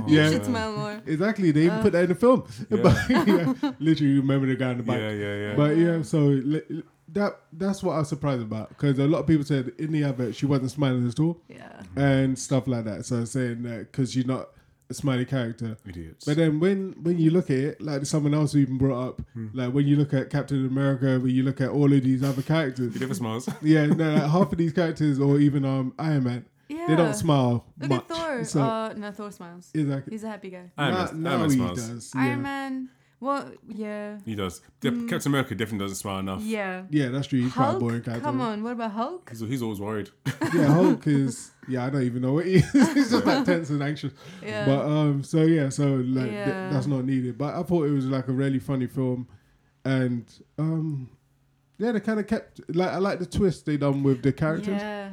C: Yeah.
A: You should smile more."
C: Exactly, they even put that in the film.
B: Yeah.
C: But yeah, literally, remember the guy in the
B: Yeah,
C: back.
B: yeah, yeah.
C: But yeah, so li- li- that that's what I was surprised about because a lot of people said in the advert she wasn't smiling at all
A: Yeah.
C: and stuff like that. So saying that because she's not smiley character.
B: Idiots.
C: But then when when you look at it, like someone else who even brought up,
B: Hmm.
C: like when you look at Captain America, when you look at all of these other characters,
B: he never smiles.
C: yeah, no, like half of these characters or even um Iron Man,
A: Yeah.
C: they don't smile
A: Look
C: much.
A: at Thor.
C: So
A: uh, no, Thor smiles.
C: exactly,
A: He's a happy guy.
B: Iron Man-
C: now,
B: Iron
C: now
B: Man
C: he
B: smiles.
C: does. yeah.
A: Iron Man. Well, yeah.
B: He does. Cap- Captain America definitely doesn't smile enough.
A: Mm. Yeah.
C: Yeah, that's true. He's quite a boring
A: Hulk.
C: character.
A: Come on. What about Hulk?
B: He's, he's always worried.
C: Yeah, Hulk is. Yeah, I don't even know what he is. He's just like tense and anxious.
A: Yeah.
C: But um, so yeah, so like th-
A: Yeah.
C: that's not needed. But I thought it was like a really funny film, and um, yeah, they kind of kept like I like the twist they done with the characters.
A: Yeah.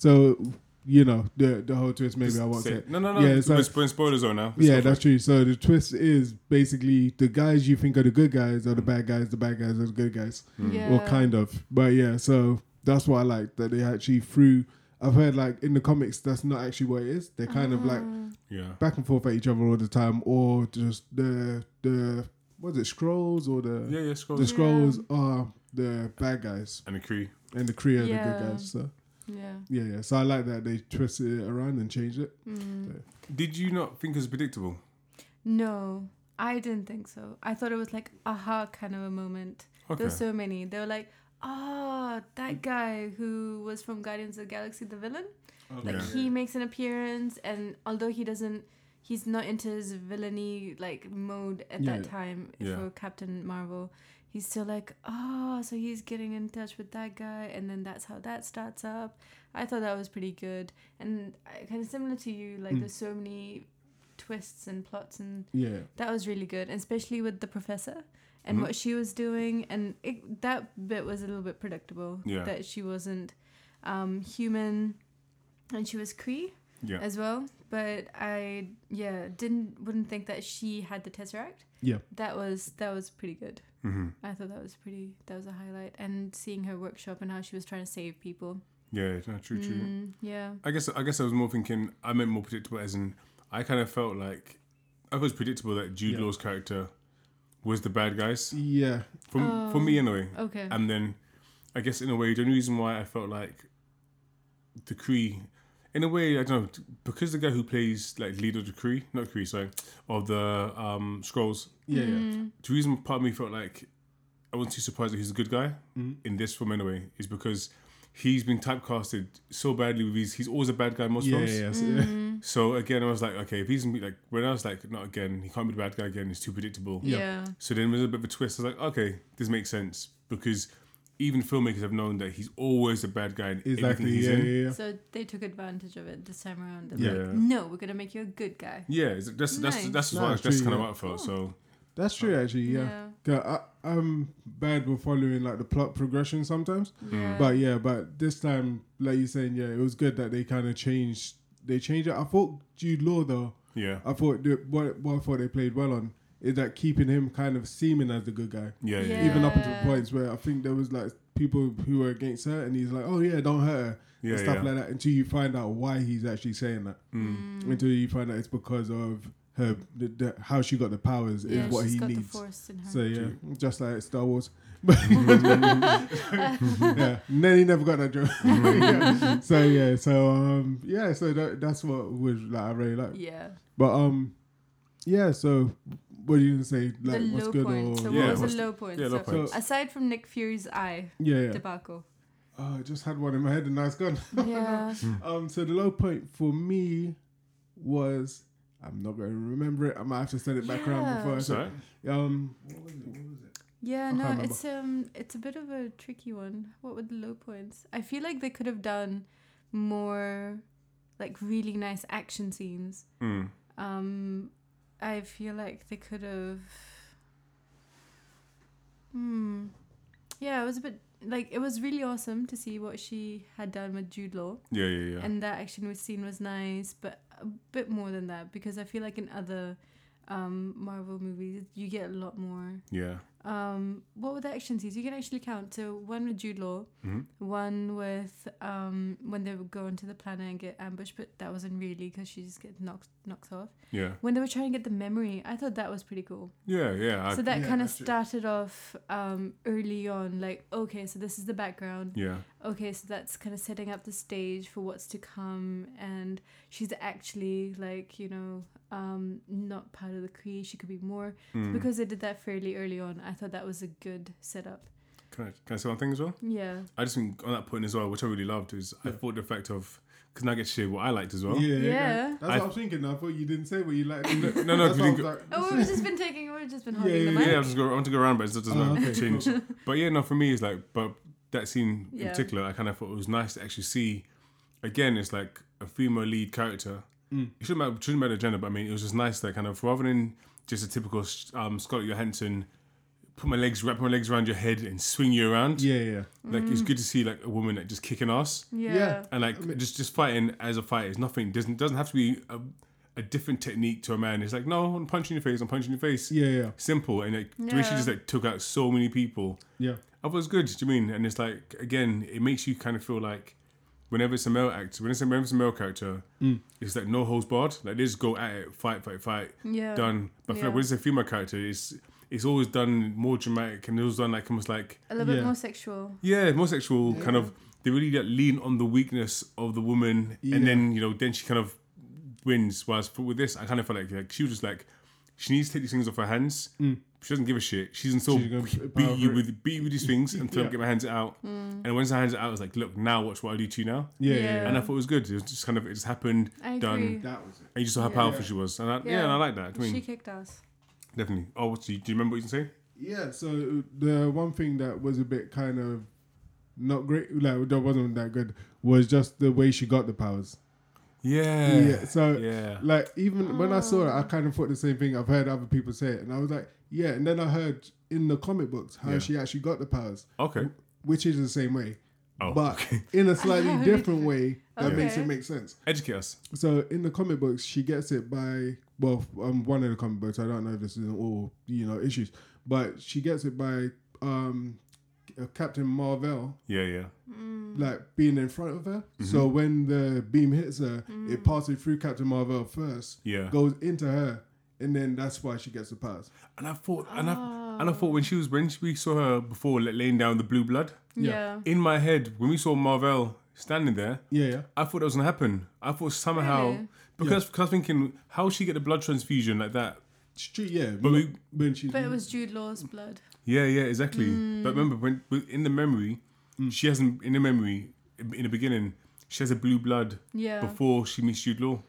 C: So you know the the whole twist. Maybe
B: Just
C: I won't
B: say-
C: say. it.
B: No, no, no.
C: Yeah,
B: Yeah,
C: it's
B: it's
C: like-
B: we're in spoiler zone now. Let's
C: Yeah,
B: go for
C: that's true. So the twist is basically the guys you think are the good guys are the bad guys. The bad guys are the good guys.
B: Mm.
A: yeah.
C: Well, kind of. But yeah, so that's what I like that they actually threw. I've heard like in the comics, that's not actually what it is. They're kind of like
A: Ah.
B: it. Yeah.
C: back and forth at each other all the time, or just the the was it scrolls or the
B: Yeah, yeah, scroll.
C: the scrolls are the bad guys
B: And the Cree.
C: and the Kree are the
A: Yeah.
C: good guys. So
A: Yeah.
C: yeah, yeah. So I like that they twisted it around and changed it.
A: Mm.
B: Did you not think it was predictable?
A: No, I didn't think so. I thought it was like aha kind of a moment.
B: Okay.
A: There were so many. They were like, oh, that guy who was from Guardians of the Galaxy, the villain. Like
B: Yeah.
A: he makes an appearance, and although he doesn't, he's not into his villainy like mode at that
C: Yeah.
A: time
B: Yeah.
A: for Captain Marvel. He's still like, oh, so he's getting in touch with that guy, and then that's how that starts up. I thought that was pretty good, and uh, kind of similar to you. Like
B: Hmm.
C: Mm.
A: there's so many twists and plots and
C: Yeah,
A: that was really good, and especially with the professor and
B: Mhm.
A: what she was doing, and it, that bit was a little bit predictable.
B: Yeah.
A: That she wasn't um, human, and she was Cree
B: Yeah.
A: as well. But I, yeah, didn't wouldn't think that she had the tesseract.
C: Yeah.
A: That was that was pretty good.
B: Mm-hmm.
A: I thought that was pretty. That was a highlight, and seeing her workshop and how she was trying to save people.
B: Yeah, no, true, true.
A: Mm, yeah.
B: I guess I guess I was more thinking I meant more predictable as in I kind of felt like I was predictable that Jude
C: Yeah.
B: Law's character was the bad guys
C: yeah,
B: for for me anyway.
A: Okay.
B: And then I guess in a way the only reason why I felt like the Cree in a way I don't know because the guy who plays like leader of the Cree not Cree sorry of the um scrolls
C: yeah, yeah.
A: Mm,
B: the reason part of me felt like I wasn't too surprised that he's a good guy
C: Mhm.
B: in this film anyway is because he's been typecasted so badly with these. He's always a bad guy in most
C: Yeah,
B: films.
C: yeah, yeah, so- yeah.
A: mm,
B: So again, I was like, okay, if he's gonna be like when I was like, not again, he can't be the bad guy again. It's too predictable.
C: Yeah.
A: yeah.
B: So then there's a bit of a twist. I was like, okay, this makes sense because even filmmakers have known that he's always the bad guy in everything
C: Exactly.
B: he's
C: Yeah,
B: in.
C: yeah, yeah.
A: So they took advantage of it this time around. They're
B: Yeah.
A: like, no, we're gonna make you a good guy.
B: Yeah, it's- that's that's
A: Nice.
B: that's,
C: No,
B: what,
C: it's
B: that's
C: true,
B: kind
C: yeah.
B: of what I felt. So
C: That's true,
B: Oh.
C: actually. Yeah. Yeah, I, I'm bad with following like the plot progression sometimes,
B: Hmm.
A: Yeah.
C: but yeah, but this time, like you're saying, yeah, it was good that they kind of changed. They changed it. I thought Jude Law though.
B: yeah,
C: I thought the, what, what I thought they played well on is that keeping him kind of seeming as the good guy,
B: yeah, yeah,
A: Yeah.
B: yeah.
C: even up until the points where I think there was like people who were against her, and he's like, oh yeah, don't hurt her.
B: Yeah,
C: and stuff
B: yeah. Mm.
C: like that until you find out why he's actually saying that.
B: Hmm.
A: Mm.
C: Until you find out it's because of her, the, the, how she got the powers
A: Yeah,
C: is what
A: she's
C: he
A: got
C: needs.
A: the force in her.
C: So yeah, just like Star Wars. yeah, no, he never got that joke. Yeah. So yeah, so um, yeah, so that, that's what was like I really like.
A: yeah.
C: But um, yeah, so what are you gonna say? Like,
A: the
C: what's
A: low
C: good
A: point.
C: or
A: So
B: Yeah,
A: what was
B: what's-
A: the low point?
B: yeah, low
A: so
B: points.
A: aside from Nick Fury's eye
C: yeah, yeah.
A: debacle.
C: Oh, I just had one in my head and now it's gone.
A: Yeah.
B: Hmm.
C: um, so the low point for me was I'm not going to remember it. I might have to send it back around
A: Yeah.
C: before. I
B: That's all right.
C: Um,
A: Yeah,
C: can't
A: no,
C: remember.
A: it's um it's a bit of a tricky one. What were the low points? I feel like they could have done more like really nice action scenes.
B: Mm.
A: Um I feel like they could have Hmm. Yeah, it was a bit like it was really awesome to see what she had done with Jude Law.
B: yeah, yeah, yeah.
A: and that action was scene was nice, but a bit more than that because I feel like in other um, Marvel movies you get a lot more
B: yeah,
A: um, what were the action scenes? You can actually count. So one with Jude Law,
B: Mhm.
A: one with um, when they would go into the planet and get ambushed, but that wasn't really because she just gets knocked knocks off.
B: Yeah.
A: When they were trying to get the memory, I thought that was pretty cool.
B: Yeah. Yeah. I,
A: so that
C: yeah,
A: kind of
C: that's true.
A: started off um, early on, like okay, so this is the background.
B: yeah.
A: Okay, so that's kind of setting up the stage for what's to come, and she's actually like you know um, not part of the Kree. She could be more
B: Mm.
A: because they did that fairly early on. I thought that was a good setup.
B: Can I, can I say one thing as well?
A: Yeah,
B: I just think on that point as well, which I really loved is I
C: Yeah.
B: thought the fact of because now I get to share what I liked as well.
C: yeah,
A: Yeah.
C: That's what
B: I-
C: I'm thinking. I thought you didn't say what you liked. no,
B: no, no, we didn't
A: oh, we've just been taking, we've just been
C: Yeah,
A: holding the
B: Yeah,
A: mic.
B: I, just go, I want to go around, but it doesn't
C: Oh,
B: matter,
C: okay,
B: change. But yeah, no, for me, it's like, but that scene in
A: Yeah.
B: particular, I kind of thought it was nice to actually see. Again, it's like a female lead character.
C: Mm.
B: It shouldn't matter, shouldn't matter the gender, but I mean, it was just nice that kind of rather than just a typical um, Scarlett Johansson, put my legs, wrap my legs around your head and swing you around.
C: yeah, yeah.
B: Like it's good to see like a woman like, just kicking ass
A: Yeah.
C: Yeah.
B: and like
C: I mean-
B: just just fighting as a fighter is nothing. Doesn't doesn't have to be a, a different technique to a man. It's like no, I'm punching your face. I'm punching your face.
C: Yeah, yeah,
B: Simple and like the way she
A: Yeah.
B: just like took out so many people.
C: yeah.
B: I was good. Do you mean? And it's like again, it makes you kind of feel like whenever it's a male actor, whenever it's a, whenever it's a male character, it's like no holds barred. Like they just go at it, fight, fight, fight,
A: Yeah.
B: done. But
A: Uh,
B: I feel
A: Yeah.
B: like when it's a female character, it's it's always done more dramatic and it was done like almost like
A: A little bit
C: Yeah.
A: more sexual.
B: yeah, more sexual kind of. They really like, lean on the weakness of the woman,
C: Yeah.
B: and then you know, then she kind of wins. Whereas for, with this, I kind of felt like, like she was just like, she needs to take these things off her hands. She doesn't give a shit. She's still
C: Mm. She's gonna
B: beat
C: power
B: you
C: through it.
B: with beat you with these things until I
C: Yeah.
B: get my hands out. And once I hands it out, I was like, look, now watch what I do to you now.
C: Yeah, yeah,
A: Yeah.
B: And I thought it was good. It was just kind of it just happened,
A: I
B: done.
A: agree.
B: And
C: That was it.
B: you just saw how
A: Yeah.
B: powerful she was. And I, yeah.
A: Yeah.
B: and I like that. I mean,
A: She kicked ass.
B: definitely. Oh, what do you, do you remember what you say?
C: Yeah, so the one thing that was a bit kind of not great, like that wasn't that good, was just the way she got the powers.
B: Yeah.
C: Yeah, so
B: yeah.
C: like even when I saw it, I kind of thought the same thing. I've heard other people say it, and I was like, yeah. And then I heard in the comic books how
B: Yeah.
C: she actually got the powers,
B: Okay.
C: which is the same way,
B: Oh,
C: but in a slightly
A: How
C: different
A: did-
C: way that makes
A: Okay.
C: it make sense.
B: Educate us.
C: So in the comic books, she gets it by well, um, one of the comic books. I don't know if this is all you know issues, but she gets it by um, uh, Captain Marvel
B: Yeah, yeah.
A: Mm.
C: like being in front of her. So when the beam hits her,
A: Mm.
C: it passes through Captain Marvel first,
B: Yeah.
C: goes into her, and then that's why she gets the powers.
B: And I thought, and
A: Ah.
B: I, and I thought when she was when she, we saw her before like, laying down the blue blood
A: Yeah.
C: Yeah.
B: in my head when we saw Marvel standing there,
C: Yeah, yeah,
B: I thought that was gonna happen. I thought somehow
A: Really?
B: because because I was thinking how she get the blood transfusion like that.
C: it's true. Yeah,
B: But we-
C: when she
A: But it was Jude Law's blood.
B: Yeah, yeah, exactly.
A: Mm.
B: But remember when with- in the memory, she hasn't in the memory in the beginning she has a blue blood
A: Yeah.
B: before she meets Jude Law.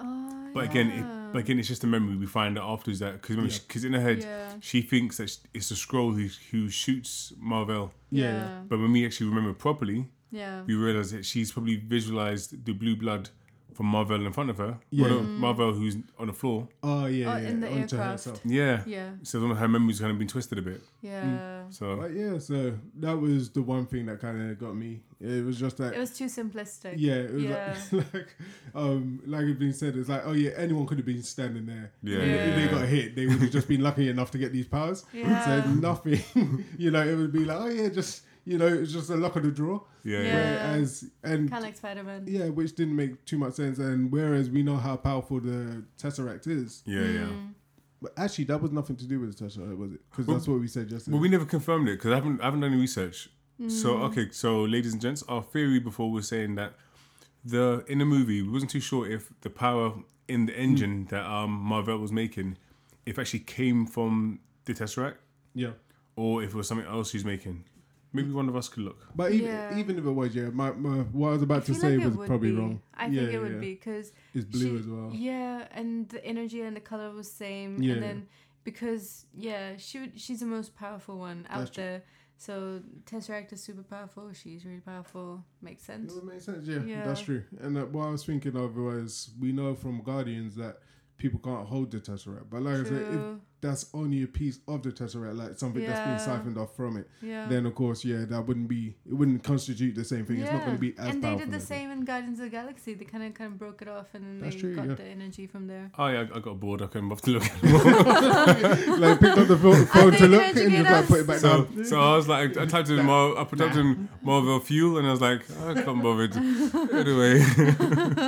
A: Oh,
B: But
A: yeah.
B: again, it, but again, it's just a memory. We find out afterwards that because because in her head
A: Yeah.
B: she thinks that it's the scroll who, who shoots Marvel.
C: yeah,
A: yeah.
B: But when we actually remember properly,
A: Yeah.
B: we realize that she's probably visualized the blue blood from Marvel in front of her.
C: Yeah.
B: Well, no, Marvel who's on the floor.
C: oh yeah,
A: Oh,
C: yeah,
A: in the
C: onto
A: aircraft.
C: herself.
B: Yeah.
A: Yeah.
B: So one of her memories kind of been twisted a bit.
A: Yeah.
B: So
C: But yeah, so that was the one thing that kind of got me. It was just that
A: It was too simplistic.
C: Yeah, it was
A: Yeah.
C: Like, like um like it's been said, it's like, oh yeah, anyone could have been standing there.
B: Yeah.
C: If they got hit, they would have just been lucky enough to get these powers.
A: Yeah.
C: So nothing, you know, it would be like, oh yeah, just you know, it's just a luck of the draw.
B: yeah,
A: Yeah.
B: yeah,
C: Whereas and
A: Kind of like Spider Man.
C: yeah, which didn't make too much sense. And whereas we know how powerful the Tesseract is,
B: yeah, Mm. yeah.
A: Mm.
C: but actually that was nothing to do with the Tesseract, was it? Because
B: Well-
C: that's what we said yesterday.
B: Well, we never confirmed it because I haven't I haven't done any research. So okay, so ladies and gents, our theory before was saying that the in the movie we wasn't too sure if the power in the engine that um Marvel was making, if actually came from the Tesseract
C: yeah.
B: or if it was something else she's making. Maybe one of us could look.
C: But even,
A: Yeah.
C: even if it was, yeah, my, my, what I was about
A: I
C: to
A: feel
C: say
A: like it
C: was
A: would
C: probably
A: be.
C: wrong.
A: I think
C: Yeah,
A: it
C: yeah,
A: would
C: yeah.
A: be because
C: It's blue
A: She-
C: as well.
A: yeah, and the energy and the color was same,
C: Yeah.
A: and then because yeah, she would, she's the most powerful one
C: That's
A: out
C: true.
A: there. So Tesseract is super powerful. She's really powerful. Makes
C: It
A: sense.
C: would make sense, yeah,
A: Yeah.
C: that's true. And uh, what I was thinking of was we know from Guardians that people can't hold the Tesseract, but like I said, if
A: True.
C: that's only a piece of the Tesseract, like something that's
A: Yeah.
C: been siphoned off from it.
A: Yeah.
C: Then of course, yeah, that wouldn't be it wouldn't constitute the same thing. It's not going to be as
A: and they
C: powerful.
A: did the
C: as it.
A: same in Guardians of the Galaxy. They kind of kind of broke it off, and then
C: That's
A: they
C: true,
A: got
C: yeah.
A: the energy from there.
B: Oh yeah, I I got bored. I couldn't bother to look.
C: like picked up the phone, phone to
A: think
C: look
A: you
C: and just like
A: educate
C: put it back
B: So,
C: down.
B: so I was like, I typed in Mar- I put- typed in Marvel fuel, and I was like, I can't bother. Anyway,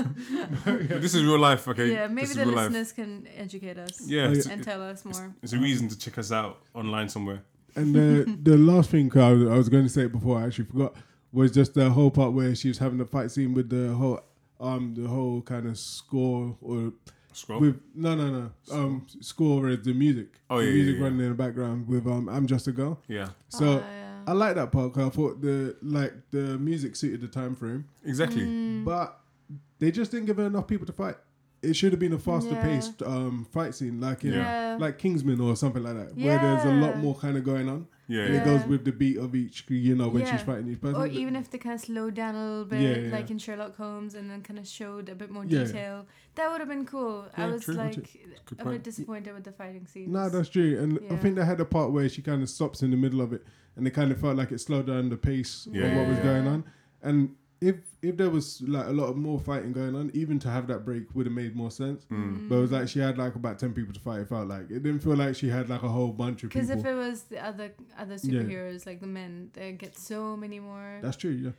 B: this is real life, okay?
A: yeah, maybe
B: this is
A: the
B: real life.
A: listeners can educate us
B: Yeah,
C: Oh,
B: it's,
A: and tell us more.
B: it's a reason to check us out online somewhere.
C: And the the last thing I was, I was going to say before I actually forgot was just the whole part where she was having the fight scene with the whole um the whole kind of score or
B: Scroll.
C: with no no no um score with the music.
B: Oh,
C: the
B: yeah,
C: music
B: yeah, yeah.
C: running in the background with um I'm just a girl.
B: yeah,
C: So
A: Ah, yeah.
C: I like that part because I thought the like the music suited the time frame,
B: exactly.
A: Mm.
C: but they just didn't give her enough people to fight. It should have been a faster
A: Yeah.
C: paced um fight scene, like in
A: Yeah.
C: like Kingsman or something like that, where there's a lot
A: Yeah.
C: more kind of going on.
B: Yeah,
C: And
B: yeah.
C: it goes with the beat of each, you know, when
A: Yeah.
C: she's fighting each person.
A: or even if they kind of slowed down a little bit,
C: Yeah, yeah,
A: like
C: yeah.
A: in Sherlock Holmes, and then kind of showed a bit more
C: Yeah.
A: detail, that would have been cool. I
B: Yeah,
A: was
B: true.
A: like
B: Good
A: a
B: point.
A: bit disappointed with the fighting scenes.
C: no, that's true. And I
A: Yeah.
C: think they had a part where she kind of stops in the middle of it, and it kind of felt like it slowed down the pace of
B: Yeah,
C: what was
B: yeah.
C: going on. And if if there was like a lot of more fighting going on, even to have that break would have made more sense.
B: Mm.
C: But it was like she had like about ten people to fight. It felt like it didn't feel like she had like a whole bunch of
A: Because
C: people.
A: if it was the other other
C: Yeah.
A: superheroes, like the men, they get so many more.
C: that's true. Yeah.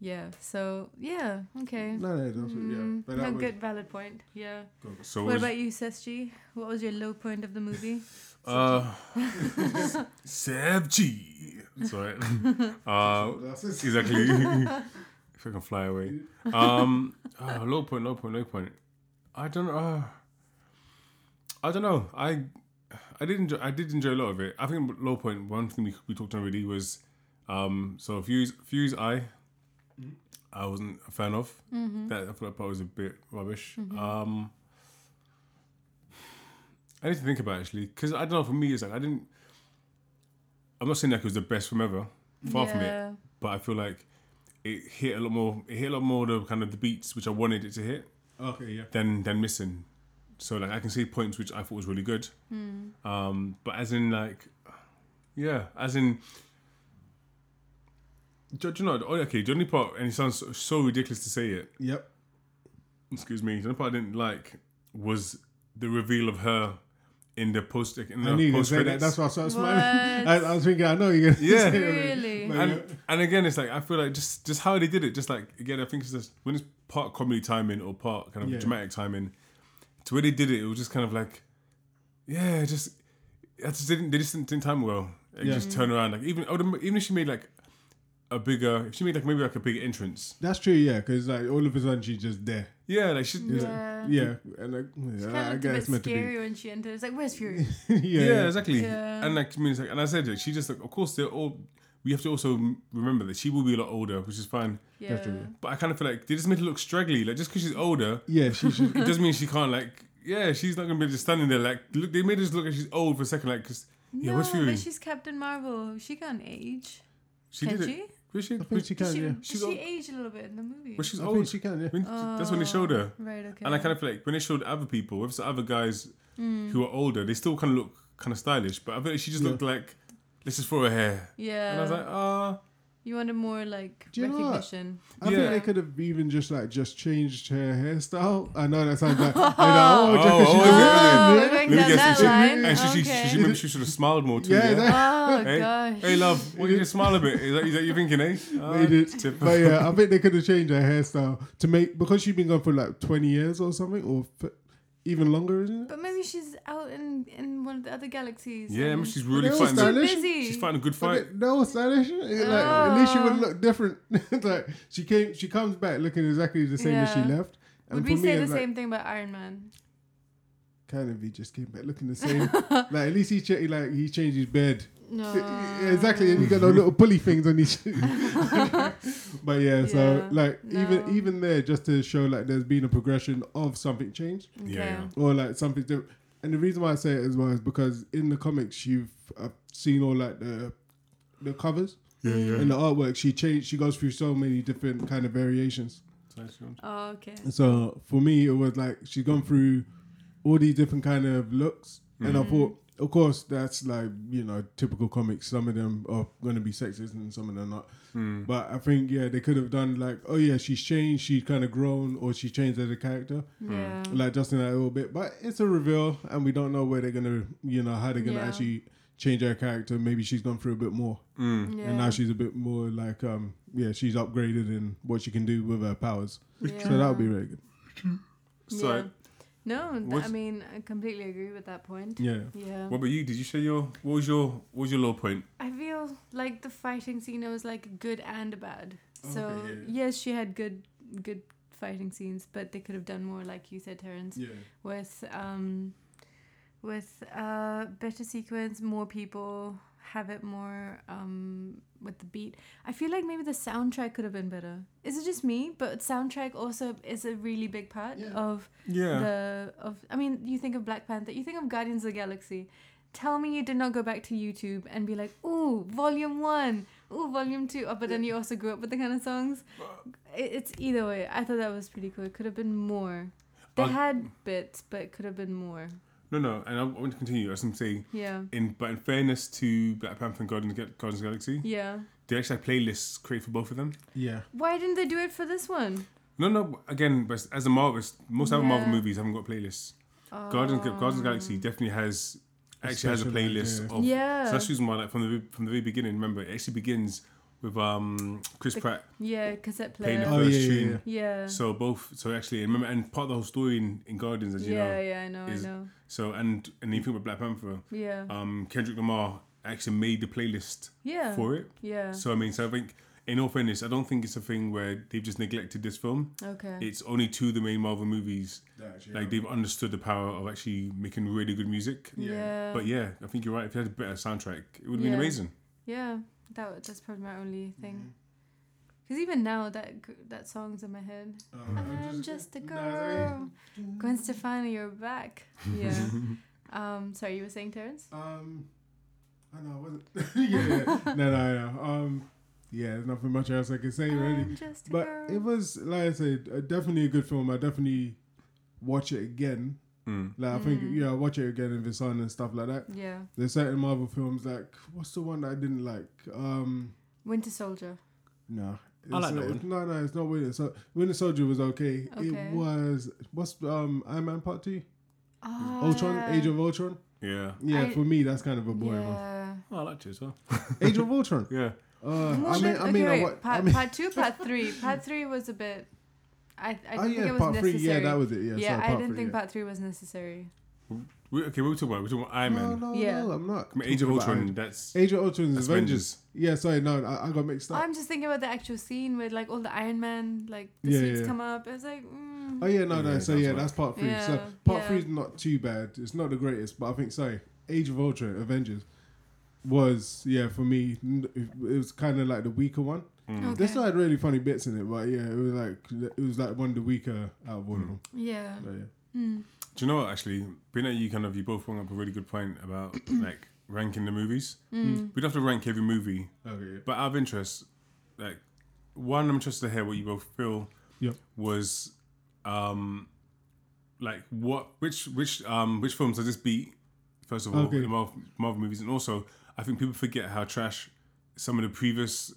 A: yeah. So yeah. Okay.
C: No, no, that's yeah.
A: Mm,
C: But that
A: no,
C: was,
A: good, valid point. Yeah.
B: So
A: What
B: was-
A: about you, Sesji? What was your low point of the movie?
B: Uh, Seb uh, G. That's all right. Uh,
C: That's it.
B: exactly. if I can fly away. Um, oh, low point, low point, low point. I don't know. Uh, I don't know. I I did enjoy. I did enjoy a lot of it. I think low point. One thing we, we talked on already was um. So fuse fuse I. I wasn't a fan of that. I thought that part was a bit rubbish. Um. I need to think about it, actually because I don't know. For me, it's like I didn't. I'm not saying like it was the best film ever, far from it.
A: Yeah.
B: But I feel like it hit a lot more. It hit a lot more the kind of the beats which I wanted it to hit
C: Okay. Yeah.
B: than than missing. So like I can see points which I thought was really good. Um, but as in like, yeah, as in. Do, do you know? oh, Okay, the only part, and it sounds so ridiculous to say it.
C: Yep.
B: Excuse me. The only part I didn't like was the reveal of her in the post in
C: I knew you
B: the
C: were gonna
B: post
C: say that.
B: credits.
C: That's why I started smiling. I,
A: What?
C: I was thinking, I know you're gonna
B: Yeah.
C: say it.
A: Really?
C: But yeah.
B: and and again, it's like I feel like just just how they did it, just like again, I think it's just when it's part comedy timing or part kind of
C: Yeah.
B: dramatic timing, to where they did it, it was just kind of like, yeah, just I just didn't they just didn't, didn't time it well. It
C: Yeah.
B: just turn around like even I would've- even if she made like a bigger, if she made like maybe like a bigger entrance,
C: That's true, yeah, because like all of a sudden she's just there.
B: yeah, like she,
A: Yeah.
C: Yeah, and like,
A: Kind
C: yeah,
A: of looked
C: I
A: a
C: guess
A: bit
C: it's meant
A: scary when she entered. It's like, where's Fury?
C: to be. yeah,
B: yeah,
C: yeah,
B: exactly.
A: Yeah.
B: And like, I mean, it's like, and I said, like, she just like, of course, they're all. We have to also remember that she will be a lot older, which is fine.
A: Yeah.
C: Definitely.
B: But I kind of feel like they just made her look straggly. Like just because she's older,
C: yeah, she should.
B: it doesn't mean she can't like yeah she's not gonna be just standing there like look they made us look like she's old for a second like because yeah
A: no,
B: what's Fury
A: but she's Captain Marvel. She can't age.
B: she
A: can
B: did
A: she?
B: it was she,
C: I think she can,
A: she,
C: yeah.
B: She's
A: she
B: old.
A: aged a little bit in the movie.
B: well she's
C: I
B: old
C: think she can, yeah.
B: When- that's when they showed her
A: Right. Oh, Okay. Hmm.
B: and I kind of feel like when they showed other people with the other guys who are older they still kind of look kind of stylish but I feel like she just
C: Yeah.
B: looked like let's just throw her hair
A: Yeah.
B: and I was like ah
A: you wanted more like
C: Do you know what?
A: recognition.
C: I
B: Yeah.
C: think they could have even just like just changed her hairstyle. I know that sounds like, you know, oh, just 'cause she
B: Oh, oh,
C: was
B: yeah,
A: Oh,
C: there.
A: we're going
B: Let me
A: down
B: guess,
A: that
B: she-
A: line.
B: and she, she, she,
A: okay.
B: she maybe she should have smiled more too
C: Yeah,
B: yeah,
C: that-
A: oh
B: Hey,
A: gosh.
B: hey love why don't you just smile a bit is that, is that you thinking eh Ah,
C: They did.
B: tip.
C: But yeah, I think they could have changed her hairstyle to make because she's been gone for like twenty years or something, or f- even longer, isn't it?
A: But maybe she's out in in one of the other galaxies.
B: yeah
A: and
B: maybe she's
C: They
B: really
C: all
B: fighting
C: stylish.
B: good-
A: busy.
B: she's fighting a good
C: But
B: fight
C: it- no, stylish. It, Like at least she
A: Oh.
C: would look different. It's like she came, she comes back looking exactly the same as she
A: Yeah.
C: left.
A: Would we
C: for me,
A: say the
C: it's like,
A: same thing about Iron Man?
C: kind of he just came back looking the same. like at least he cha- he, like he changed his bed.
A: No.
C: Yeah, exactly, and he got those little pulley things on his. but yeah, so
A: Yeah,
C: like
A: no.
C: even even there, just to show like there's been a progression of something changed
A: Okay.
B: yeah.
C: or like something different. And the reason why I say it as well is because in the comics you've uh, seen all like the the covers
B: yeah yeah
C: and the artwork. She changed. She goes through so many different kind of variations.
A: Oh, okay. Mm.
C: So for me, it was like she's gone through all these different kind of looks, and I thought, of course, that's like you know typical comics. Some of them are going to be sexist and some of them are not.
B: Hmm,
C: But I think yeah, they could have done like, oh yeah, she's changed, she's kind of grown, or she changed as a character,
A: Yeah.
C: like just in that little bit. But it's a reveal, and we don't know where they're gonna, you know, how they're gonna
A: Yeah.
C: actually change her character. Maybe she's gone through a bit more,
B: hmm.
A: yeah.
C: and now she's a bit more like, um, yeah, she's upgraded in what she can do with her powers. So that would be really good.
B: So,
A: Yeah. No, th- I
B: What's-
A: mean, I completely agree with that point.
C: Yeah.
A: Yeah.
B: what about you? Did you share your what was your what was your low point?
A: I feel like the fighting scene was like good and bad.
B: Oh,
A: So
C: Okay, yeah.
A: yes, she had good good fighting scenes, but they could have done more, like you said, Terrence,
C: Yeah.
A: with um, with uh, better sequence, more people have it more um with the beat. I feel like maybe the soundtrack could have been better. Is it just me? But soundtrack also is a really big part
C: Yeah.
A: of
B: Yeah.
A: the of I mean, you think of Black Panther, you think of Guardians of the Galaxy. Tell me you did not go back to YouTube and be like, "Ooh, Volume One, ooh, Volume 2. Oh, but then you also grew up with the kind of songs.
B: Uh,
A: It, it's either way. I thought that was pretty cool. It could have been more. They
B: Uh,
A: had bits, but it could have been more.
B: no, no, and I want to continue. I was going to say,
A: Yeah,
B: in but in fairness to Black Panther and Guardians, Guardians of the Galaxy,
A: yeah.
B: they actually had playlists created for both of them.
C: Yeah.
A: Why didn't they do it for this one?
B: No, no. Again, but as a Marvel, most other Marvel
A: Yeah.
B: movies haven't got playlists. Guardians, Guardians of the Galaxy definitely has actually has a
C: special
B: playlist
C: idea.
B: of.
A: Oh. Yeah.
B: So that's the reason why, like from the very- from the very beginning, remember it actually begins with um Chris
A: The
B: Pratt
A: Yeah, cassette
B: playing
A: player.
B: the
C: Oh,
B: first
C: yeah, yeah,
B: tune.
C: yeah.
A: yeah.
B: So both, so actually, and remember, and part of the whole story in, in Guardians, as you
A: yeah,
B: know.
A: yeah, I know,
B: is-
A: I know.
B: So and and if you think about Black Panther,
A: Yeah,
B: um, Kendrick Lamar actually made the playlist
A: yeah,
B: for it.
A: yeah.
B: So I mean, so I think in all fairness, I don't think it's a thing where they've just neglected this film.
A: okay.
B: It's only two of the main Marvel movies like they've understood the power of actually making really good music.
C: yeah.
A: yeah.
B: But yeah, I think you're right. If you had a better soundtrack, it would have been
A: Yeah.
B: amazing.
A: Yeah, that wa- that's probably my only
C: Mm-hmm.
A: thing. Because even now that g- that song's in my head.
C: Um, Mm-hmm.
A: I'm just a girl. Gwen Stefani, you're back. Yeah. um. Sorry, you were saying Terrence.
C: Um, I know I wasn't. yeah, yeah. no, no, no. Um, yeah, there's nothing much else I can say really.
A: I'm just a
C: But
A: girl.
C: it was, like I said, uh, definitely a good film. I definitely watch it again.
B: Mm.
C: Like I think,
A: Mm.
C: yeah, I watch it again in Visan and stuff like that.
A: yeah.
C: There's certain Marvel films like what's the one that I didn't like? Um,
A: Winter Soldier.
C: no.
B: I like
C: It's-
B: that
C: it's- No, no, it's not Winter. So Winter Soldier was okay.
A: Okay.
C: It was what's um Iron Man Part Two,
A: Oh,
C: Ultron, Age of Ultron.
B: Yeah.
C: Yeah,
A: I-
C: for me that's kind of a boring one.
A: Yeah.
B: Oh, I liked it as well.
C: Age of Ultron.
B: Yeah.
C: Uh,
A: More
C: I mean,
A: than-
C: I mean,
A: okay, wait,
C: I wa- I
A: part,
C: mean,
A: part two, part three. Part three was a bit. I, I didn't
C: oh
A: think
C: yeah,
A: it was
C: part
A: necessary.
C: three. Yeah, that was it. Yeah,
A: Yeah,
C: sorry,
A: I
C: part
A: didn't
C: three,
A: think
C: yeah.
A: part three was necessary.
B: We, okay, what were we talking about? We We're talking about Iron Man.
C: No, no,
A: Yeah.
C: no, I'm not.
B: I mean, Age of
C: talking about
B: Ultron.
C: Iron-
B: That's
C: Age of Ultron is
B: that's
C: Avengers. Yeah, sorry, no, I, I got mixed up.
A: I'm just thinking about the actual scene with like all the Iron Man like the
C: Yeah,
A: suits
C: yeah.
A: come up. It's like mm,
C: oh yeah, no, no.
B: Yeah,
C: So
B: that's
C: yeah,
B: right.
C: that's part three. so
A: Yeah,
C: part
A: yeah.
C: three is not too bad. It's not the greatest, but I think sorry, Age of Ultron, Avengers, was yeah for me. n- It was kind of like the weaker one.
B: Mm.
A: Okay.
C: This had really funny bits in it, but yeah, it was like it was like one of the weaker out of all of them.
A: yeah.
C: But, yeah.
A: Mm.
B: Do you know what? Actually, being that you kind of you both brought up a really good point about like ranking the movies.
A: Mm.
B: We don't have to rank every movie,
C: Okay.
B: but out of interest, like one, I'm interested to hear what you both feel
C: Yep.
B: was, um, like what which which um which films does this beat? First of all,
C: Okay.
B: in the Marvel, Marvel movies, and also I think people forget how trash some of the previous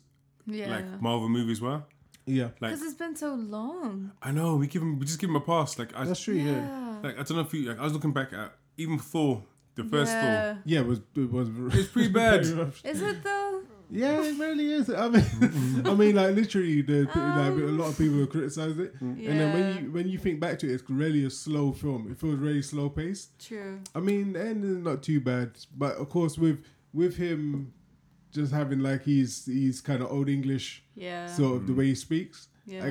A: Yeah.
B: like Marvel movies were.
C: Yeah.
B: Like
A: Because it's been so long.
B: I know we give them we just give them a pass. Like I
C: That's true.
A: Yeah.
C: Yeah.
B: like I don't know if you like I was looking back at even Thor, the first Thor.
A: yeah.
C: Yeah, it was it was
B: It's pretty bad.
C: rough.
A: Is it though?
C: Yeah, it really is. I mean, I mean, like literally, the th- like,
A: Um,
C: a lot of people criticize it,
A: Yeah.
C: and then when you when you think back to it, it's really a slow film. It feels really slow paced.
A: True.
C: I mean, the ending's not too bad, but of course, with with him just having like he's he's kind of old English
A: Yeah.
C: sort of the way he speaks.
A: yeah.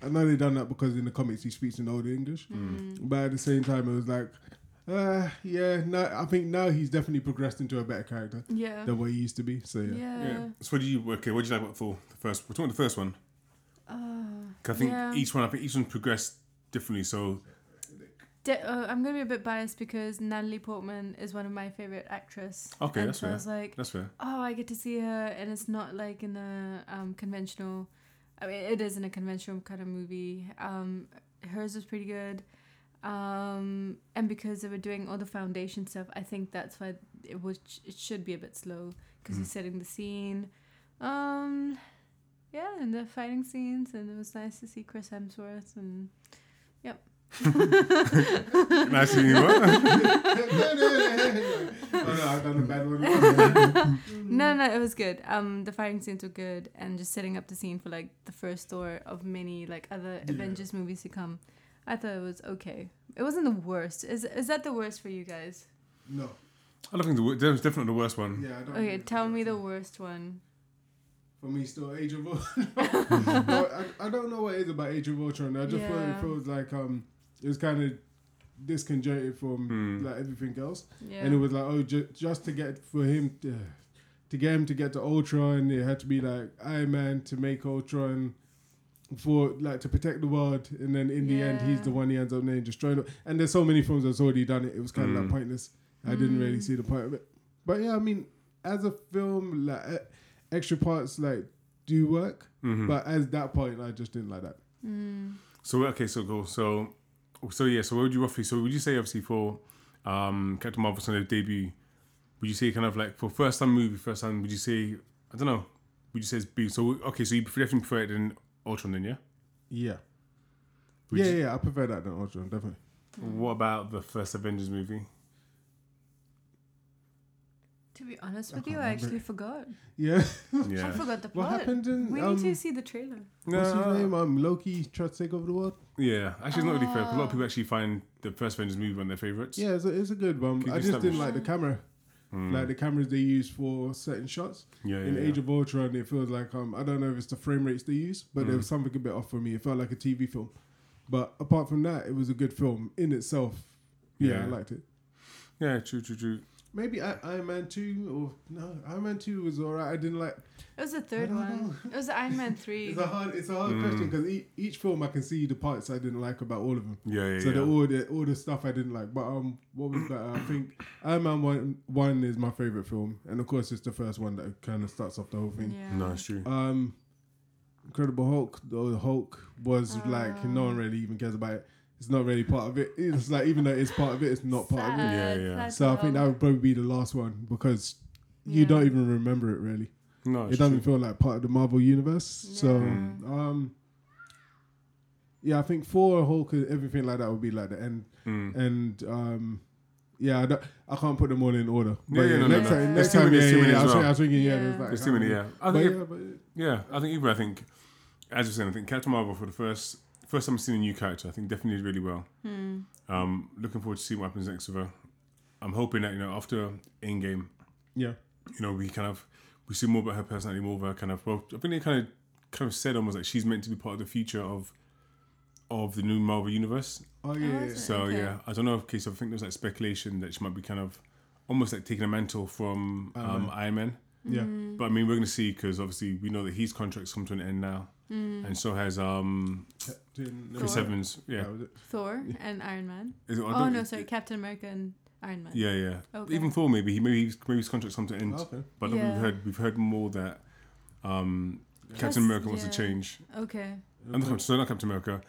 C: I know they done that because in the comics he speaks in old English,
A: Mm.
C: but at the same time, it was like, uh, yeah, no, I think now he's definitely progressed into a better character
A: yeah.
C: than what he used to be. So
A: yeah.
C: yeah,
B: Yeah. So what do you okay? What do you like about Thor? The first we're talking about the first one.
A: Oh.
B: 'Cause I think
A: Yeah.
B: each one I think each one progressed differently. So
A: De- uh, I'm gonna be a bit biased because Natalie Portman is one of my favorite actress.
B: Okay,
A: and
B: that's
A: so I
B: fair.
A: was like,
B: that's fair.
A: oh, I get to see her, and it's not like in a um, conventional. I mean, it is in a conventional kind of movie. Um, hers was pretty good, um, and because they were doing all the foundation stuff, I think that's why it which it should be a bit slow because
B: Mm-hmm.
A: he's setting the scene. Um, yeah, and the fighting scenes, and it was nice to see Chris Hemsworth and. Yep.
B: Nice to meet you.
C: oh no, I've done a bad one. Mm.
A: No, no, it was good. Um, the fighting scenes were good, and just setting up the scene for like the first or of many like other
C: Yeah.
A: Avengers movies to come. I thought it was okay. It wasn't the worst. Is is that the worst for you guys?
C: no,
B: I don't think the, wor- that was definitely the worst one.
C: yeah, I don't.
A: Okay,
C: think
A: tell
C: it's
A: me the
C: worth
A: worst one.
C: it. For me, still Age of Ultron. No, I, I don't know what it is about Age of Ultron. I just feel
A: Yeah.
C: it feels like um, it was kind of disconjointed from
B: Hmm.
C: like everything else.
A: Yeah.
C: And it was like, oh, ju- just to get for him to, to get him to get to Ultron, it had to be like Iron Man to make Ultron for like to protect the world, and then in the end, he's
A: Yeah.
C: the one he ends up name destroying. it. And there's so many films that's already done it. It was kind of
B: Mm.
C: like pointless. I didn't really
A: Mm.
C: see the point of it. But yeah, I mean, as a film, like e- extra parts like do work,
B: Mhm.
C: but as that point, I just didn't like that.
A: Mm.
B: So okay, so cool. So so yeah, so what would you roughly so would you say obviously for um Captain Marvel's kind of debut, would you say kind of like for first time movie, first time would you say I don't know, would you say it's B so okay, so you definitely prefer it than Ultron then, yeah?
C: Yeah,
B: Would
C: yeah,
B: you-
C: yeah. I prefer that than Ultron, definitely.
B: What about the first Avengers movie?
A: To be honest
C: I
A: with
C: can't
A: you, I
C: remember.
A: actually forgot.
C: Yeah.
A: I
B: Yeah.
A: forgot the plot.
C: What happened in
A: We
C: um,
A: need to see the trailer.
C: What's
B: Nah,
C: his name? Um, Loki tried to take over the world.
B: Yeah. Actually it's not really fair 'cause a lot of
A: Ah.
B: people actually find the first Avengers movie one of their favourites.
C: Yeah, it's a, it's a good one.
B: Could
C: I
B: you
C: just didn't like
B: establish-
C: the camera,
B: Mm.
C: like the cameras they use for certain shots.
B: yeah, yeah,
C: in
B: yeah.
C: Age of Ultron, it feels like um, I don't know if it's the frame rates they use, but there
B: Mm.
C: was something a bit off for me. It felt like a TV film, but apart from that, it was a good film in itself. Yeah,
B: Yeah.
C: I liked it.
B: Yeah, true, true, true.
C: Maybe I- Iron Man two or no, Iron Man two was alright. I didn't like.
A: It was the third
C: don't
A: one. It was Iron Man 3.
C: It's a hard, it's a hard
B: Mm.
C: question because e- each film I can see the parts I didn't like about all of them.
B: Yeah, yeah,
C: So
B: yeah.
C: the all the all the stuff I didn't like, but um, what was that? I think Iron Man one one is my favorite film, and of course it's the first one that kind of starts off the whole thing.
A: yeah.
B: no, it's true.
C: Um, Incredible Hulk, the Hulk was like no
A: Ah.
C: one really even cares about it. It's not really part of it. It's like even though it's part of it, it's not part of it.
B: Yeah, yeah.
A: Sad
C: So I think that
A: film.
C: would probably be the last one because you
A: Yeah.
C: don't even remember it really.
B: No,
C: It
B: it's
C: doesn't
B: true.
C: feel like part of the Marvel universe. So
A: Mm.
C: um, yeah, I think for Hulk, everything like that would be like the end
B: Mm.
C: and um, yeah, I, don't, I can't put them all in order.
B: Yeah, yeah, no, no,
C: next
A: no. There's
C: time, next
B: too
C: time,
B: many-
C: yeah,
B: there's too
C: yeah,
B: many
C: yeah, I
B: as
C: was thinking, I
B: well.
C: was thinking, yeah,
A: Yeah.
C: there's like,
B: There's too many, yeah. I
C: But
B: think
C: yeah, but
B: Yeah, I think even I think, as you're saying, I think Captain Marvel for the first first time seeing a new character, I think definitely did really well.
A: Hmm.
B: Um, looking forward to seeing what happens next with her. I'm hoping that you know after in game,
C: yeah,
B: you know we kind of we see more about her personality, more of her kind of well. I think they kind of kind of said almost like she's meant to be part of the future of of the new Marvel universe.
C: oh yeah, yeah,
A: Oh,
C: yeah.
A: that's
B: So
A: Okay.
B: yeah, I don't know. if Okay, so I think there's like speculation that she might be kind of almost like taking a mantle from
C: Iron
B: um,
C: Man.
B: Iron Man.
C: yeah.
A: Mm.
B: But I mean, we're gonna see because obviously we know that his contract's come to an end now,
A: Mm.
B: and so has um
C: Captain-
B: Chris
A: Thor.
B: Evans. Yeah.
C: That was it.
A: Thor and Iron Man.
B: Is it- I
A: Oh
B: don't-
A: no, sorry, Captain America and Iron Man.
B: Yeah, yeah.
A: Okay.
B: Even Thor, maybe he maybe he's, maybe his contract's come to an end.
C: Okay.
B: But I think
A: Yeah.
B: we've heard we've heard more that um
A: Yes,
B: Captain America wants
A: yeah.
B: to change.
A: Okay.
B: And not- so not Captain America.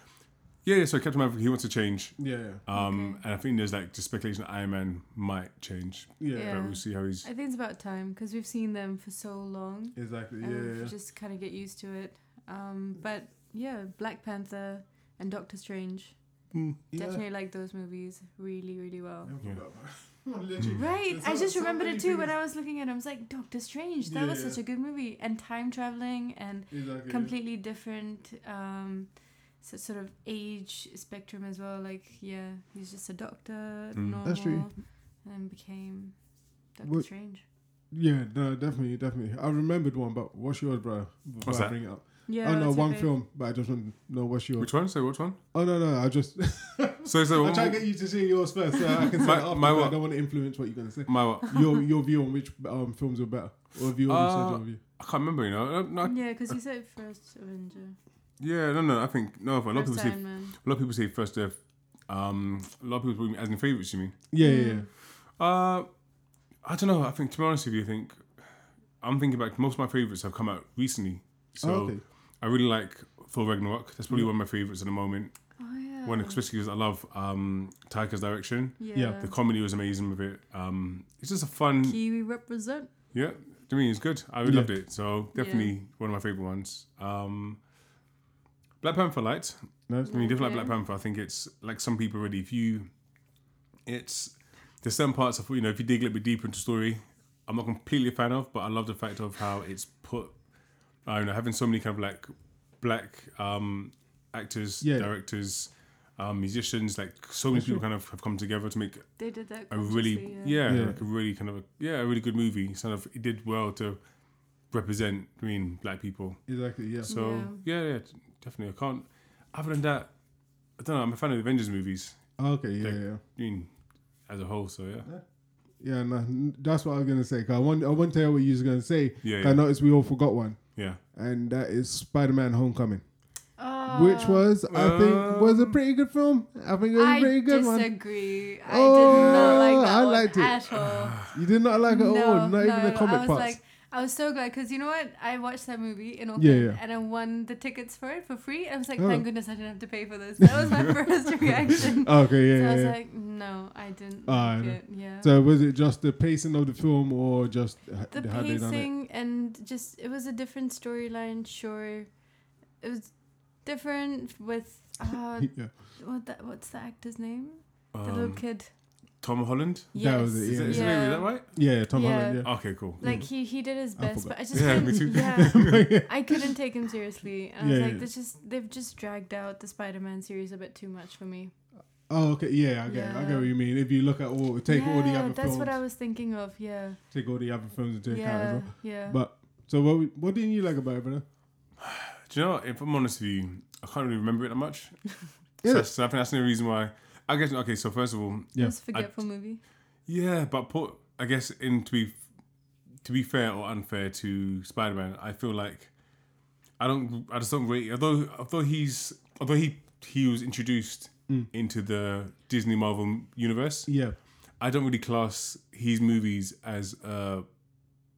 B: Yeah, yeah. So Captain America he wants to change.
C: Yeah, yeah,
B: Um,
A: Okay.
B: and I think there's like just speculation that Iron Man might change,
C: yeah,
A: Yeah.
B: but we'll see how he's.
A: I think it's about time because we've seen them for so long.
C: exactly. Yeah,
A: And we've
C: yeah,
A: Um, just kind of get used to it. Um, but yeah, Black Panther and Doctor Strange.
B: Mm.
C: yeah.
A: Definitely like those movies really, really well.
B: Yeah. Mm.
A: Right, I just remembered it too when
C: I
A: I was looking at it. I was like, Doctor Strange, that was
C: Yeah.
A: such a good movie. And time traveling and
C: exactly.
A: completely different um, so, sort of age spectrum as well. Like, yeah, he's just a doctor, normal,
B: Mm.
C: That's true.
A: and then became Doctor
C: What-
A: Strange.
C: Yeah, no, definitely, definitely. I remembered one, but what's yours, bro? Before
B: What's
C: I
B: that?
C: Bring it up.
A: Yeah.
C: oh no,
A: that's
C: one
A: okay.
C: film, but I just want to know what's yours.
B: Which one? So which one?
C: Oh no, no, I just
B: So so
C: I'll try to get you to see yours first, so I can say
B: My-
C: it after,
B: my
C: but I
B: what?
C: don't want to influence what you're gonna say.
B: my what?
C: your your view on which um, films were better, or view on
B: Uh,
C: the surgery
B: I can't remember. You know, no, I-
A: Yeah, because you said first Avenger.
B: yeah, no, no. I think no. If a lot of people
A: First
B: say
A: Iron Man.
B: A lot of people say first Earth. Um, a lot of people bring as in favourites. You mean?
C: Yeah, yeah, yeah.
B: Uh, I don't know. I think to be honest with you, I think I'm thinking back. Most of my favourites have come out recently, so
C: oh, okay.
B: I really like Thor Ragnarok. That's probably
C: Yeah.
B: one of my favourites at the moment.
A: Oh yeah. Yeah.
B: One, especially because I love um, Taika's direction.
A: yeah.
B: The comedy was amazing with it. Um, it's just a fun.
A: Kiwi represent.
B: Yeah, I mean it's good. I really
C: Yeah.
B: loved it. So definitely one of my favorite ones. Um, Black Panther light.
C: Nice.
B: I mean, definitely like
A: Okay.
B: Black Panther. I think it's like some people already. If you, it's there's some parts of you know if you dig a little bit deeper into the story, I'm not completely a fan of, but I love the fact of how it's put. I don't know, having so many kind of like black um, actors,
C: Yeah.
B: directors, um, musicians, like so many people kind of have come together to make
A: They did that.
B: a really
A: consciously,
B: yeah,
C: Yeah.
B: like a really kind of a, yeah a really good movie. It's kind of it did well to represent I mean black people.
C: Exactly. Yeah.
B: So yeah, yeah, definitely. I can't. Other than that, I don't know. I'm a fan of the Avengers movies.
C: Oh, Okay. Yeah.
B: Like-
C: Yeah.
B: I mean, as a whole. So yeah,
C: Yeah. Nah, n- that's what I was gonna say. 'cause I want. I want to hear what you was gonna say.
B: yeah,
C: 'cause I
B: yeah.
C: noticed we all forgot one,
B: yeah.
C: and that is Spider-Man: Homecoming,
A: Uh,
C: which was I
B: um,
C: think was a pretty good film. I think it was a
A: Oh, I
C: pretty good one.
A: disagree. I did
C: Oh,
A: not like that
C: I
A: one
C: liked it.
A: at all.
C: You did not like it at all. Not even the
A: I
C: comic
A: was
C: parts.
A: Like, I was so glad because you know what? I watched that movie in Auckland
C: yeah.
A: and I won the tickets for it for free. I was like,
C: Oh.
A: thank goodness I didn't have to pay for this. That was my first reaction.
C: okay. Yeah.
A: so I
C: yeah,
A: was
C: yeah.
A: like, no, I didn't
C: Ah,
A: like
C: I know.
A: it. Yeah.
C: so was it just the pacing of the film, or just h-
A: the
C: how they done it?
A: pacing and just it was a different storyline. Sure, it was different with uh,
C: yeah.
A: what that what's the actor's name? The little
B: Um,
A: kid.
B: Tom Holland.
A: Yes.
C: That was it,
B: Is,
C: Yeah.
B: that, is that- is that right?
C: Yeah. Tom
A: Yeah.
C: Holland.
B: Okay, cool.
A: Like he he did his
C: I
A: best,
C: forgot.
A: but I just
B: Yeah, me
A: couldn't- yeah.
B: too.
C: Yeah.
A: I couldn't take him seriously. And I was
C: Yeah,
A: like,
C: yeah.
A: this just they've just dragged out the Spider Man series a bit too much for me.
C: Oh, okay. Yeah, I get, it. I get
A: Yeah.
C: what you mean. If you look at all, take all the
A: Yeah,
C: other
A: That's
C: films,
A: what I was thinking of, yeah.
C: take all the other films into account as
A: yeah,
C: well.
A: yeah.
C: But so what? we- What didn't you like about it, brother?
B: Do you know? What? If I'm honest with you, I can't really remember it that much.
C: Yeah.
B: So, that's- so I think that's the only reason why. I guess okay. So first of all,
A: it
C: yeah,
A: was a forgetful movie.
B: yeah, but put I guess in to be to be fair or unfair to Spider Man, I feel like I don't I just don't rate although although he's although he he was introduced
C: Hmm.
B: into the Disney Marvel universe.
C: Yeah,
B: I don't really class his movies as a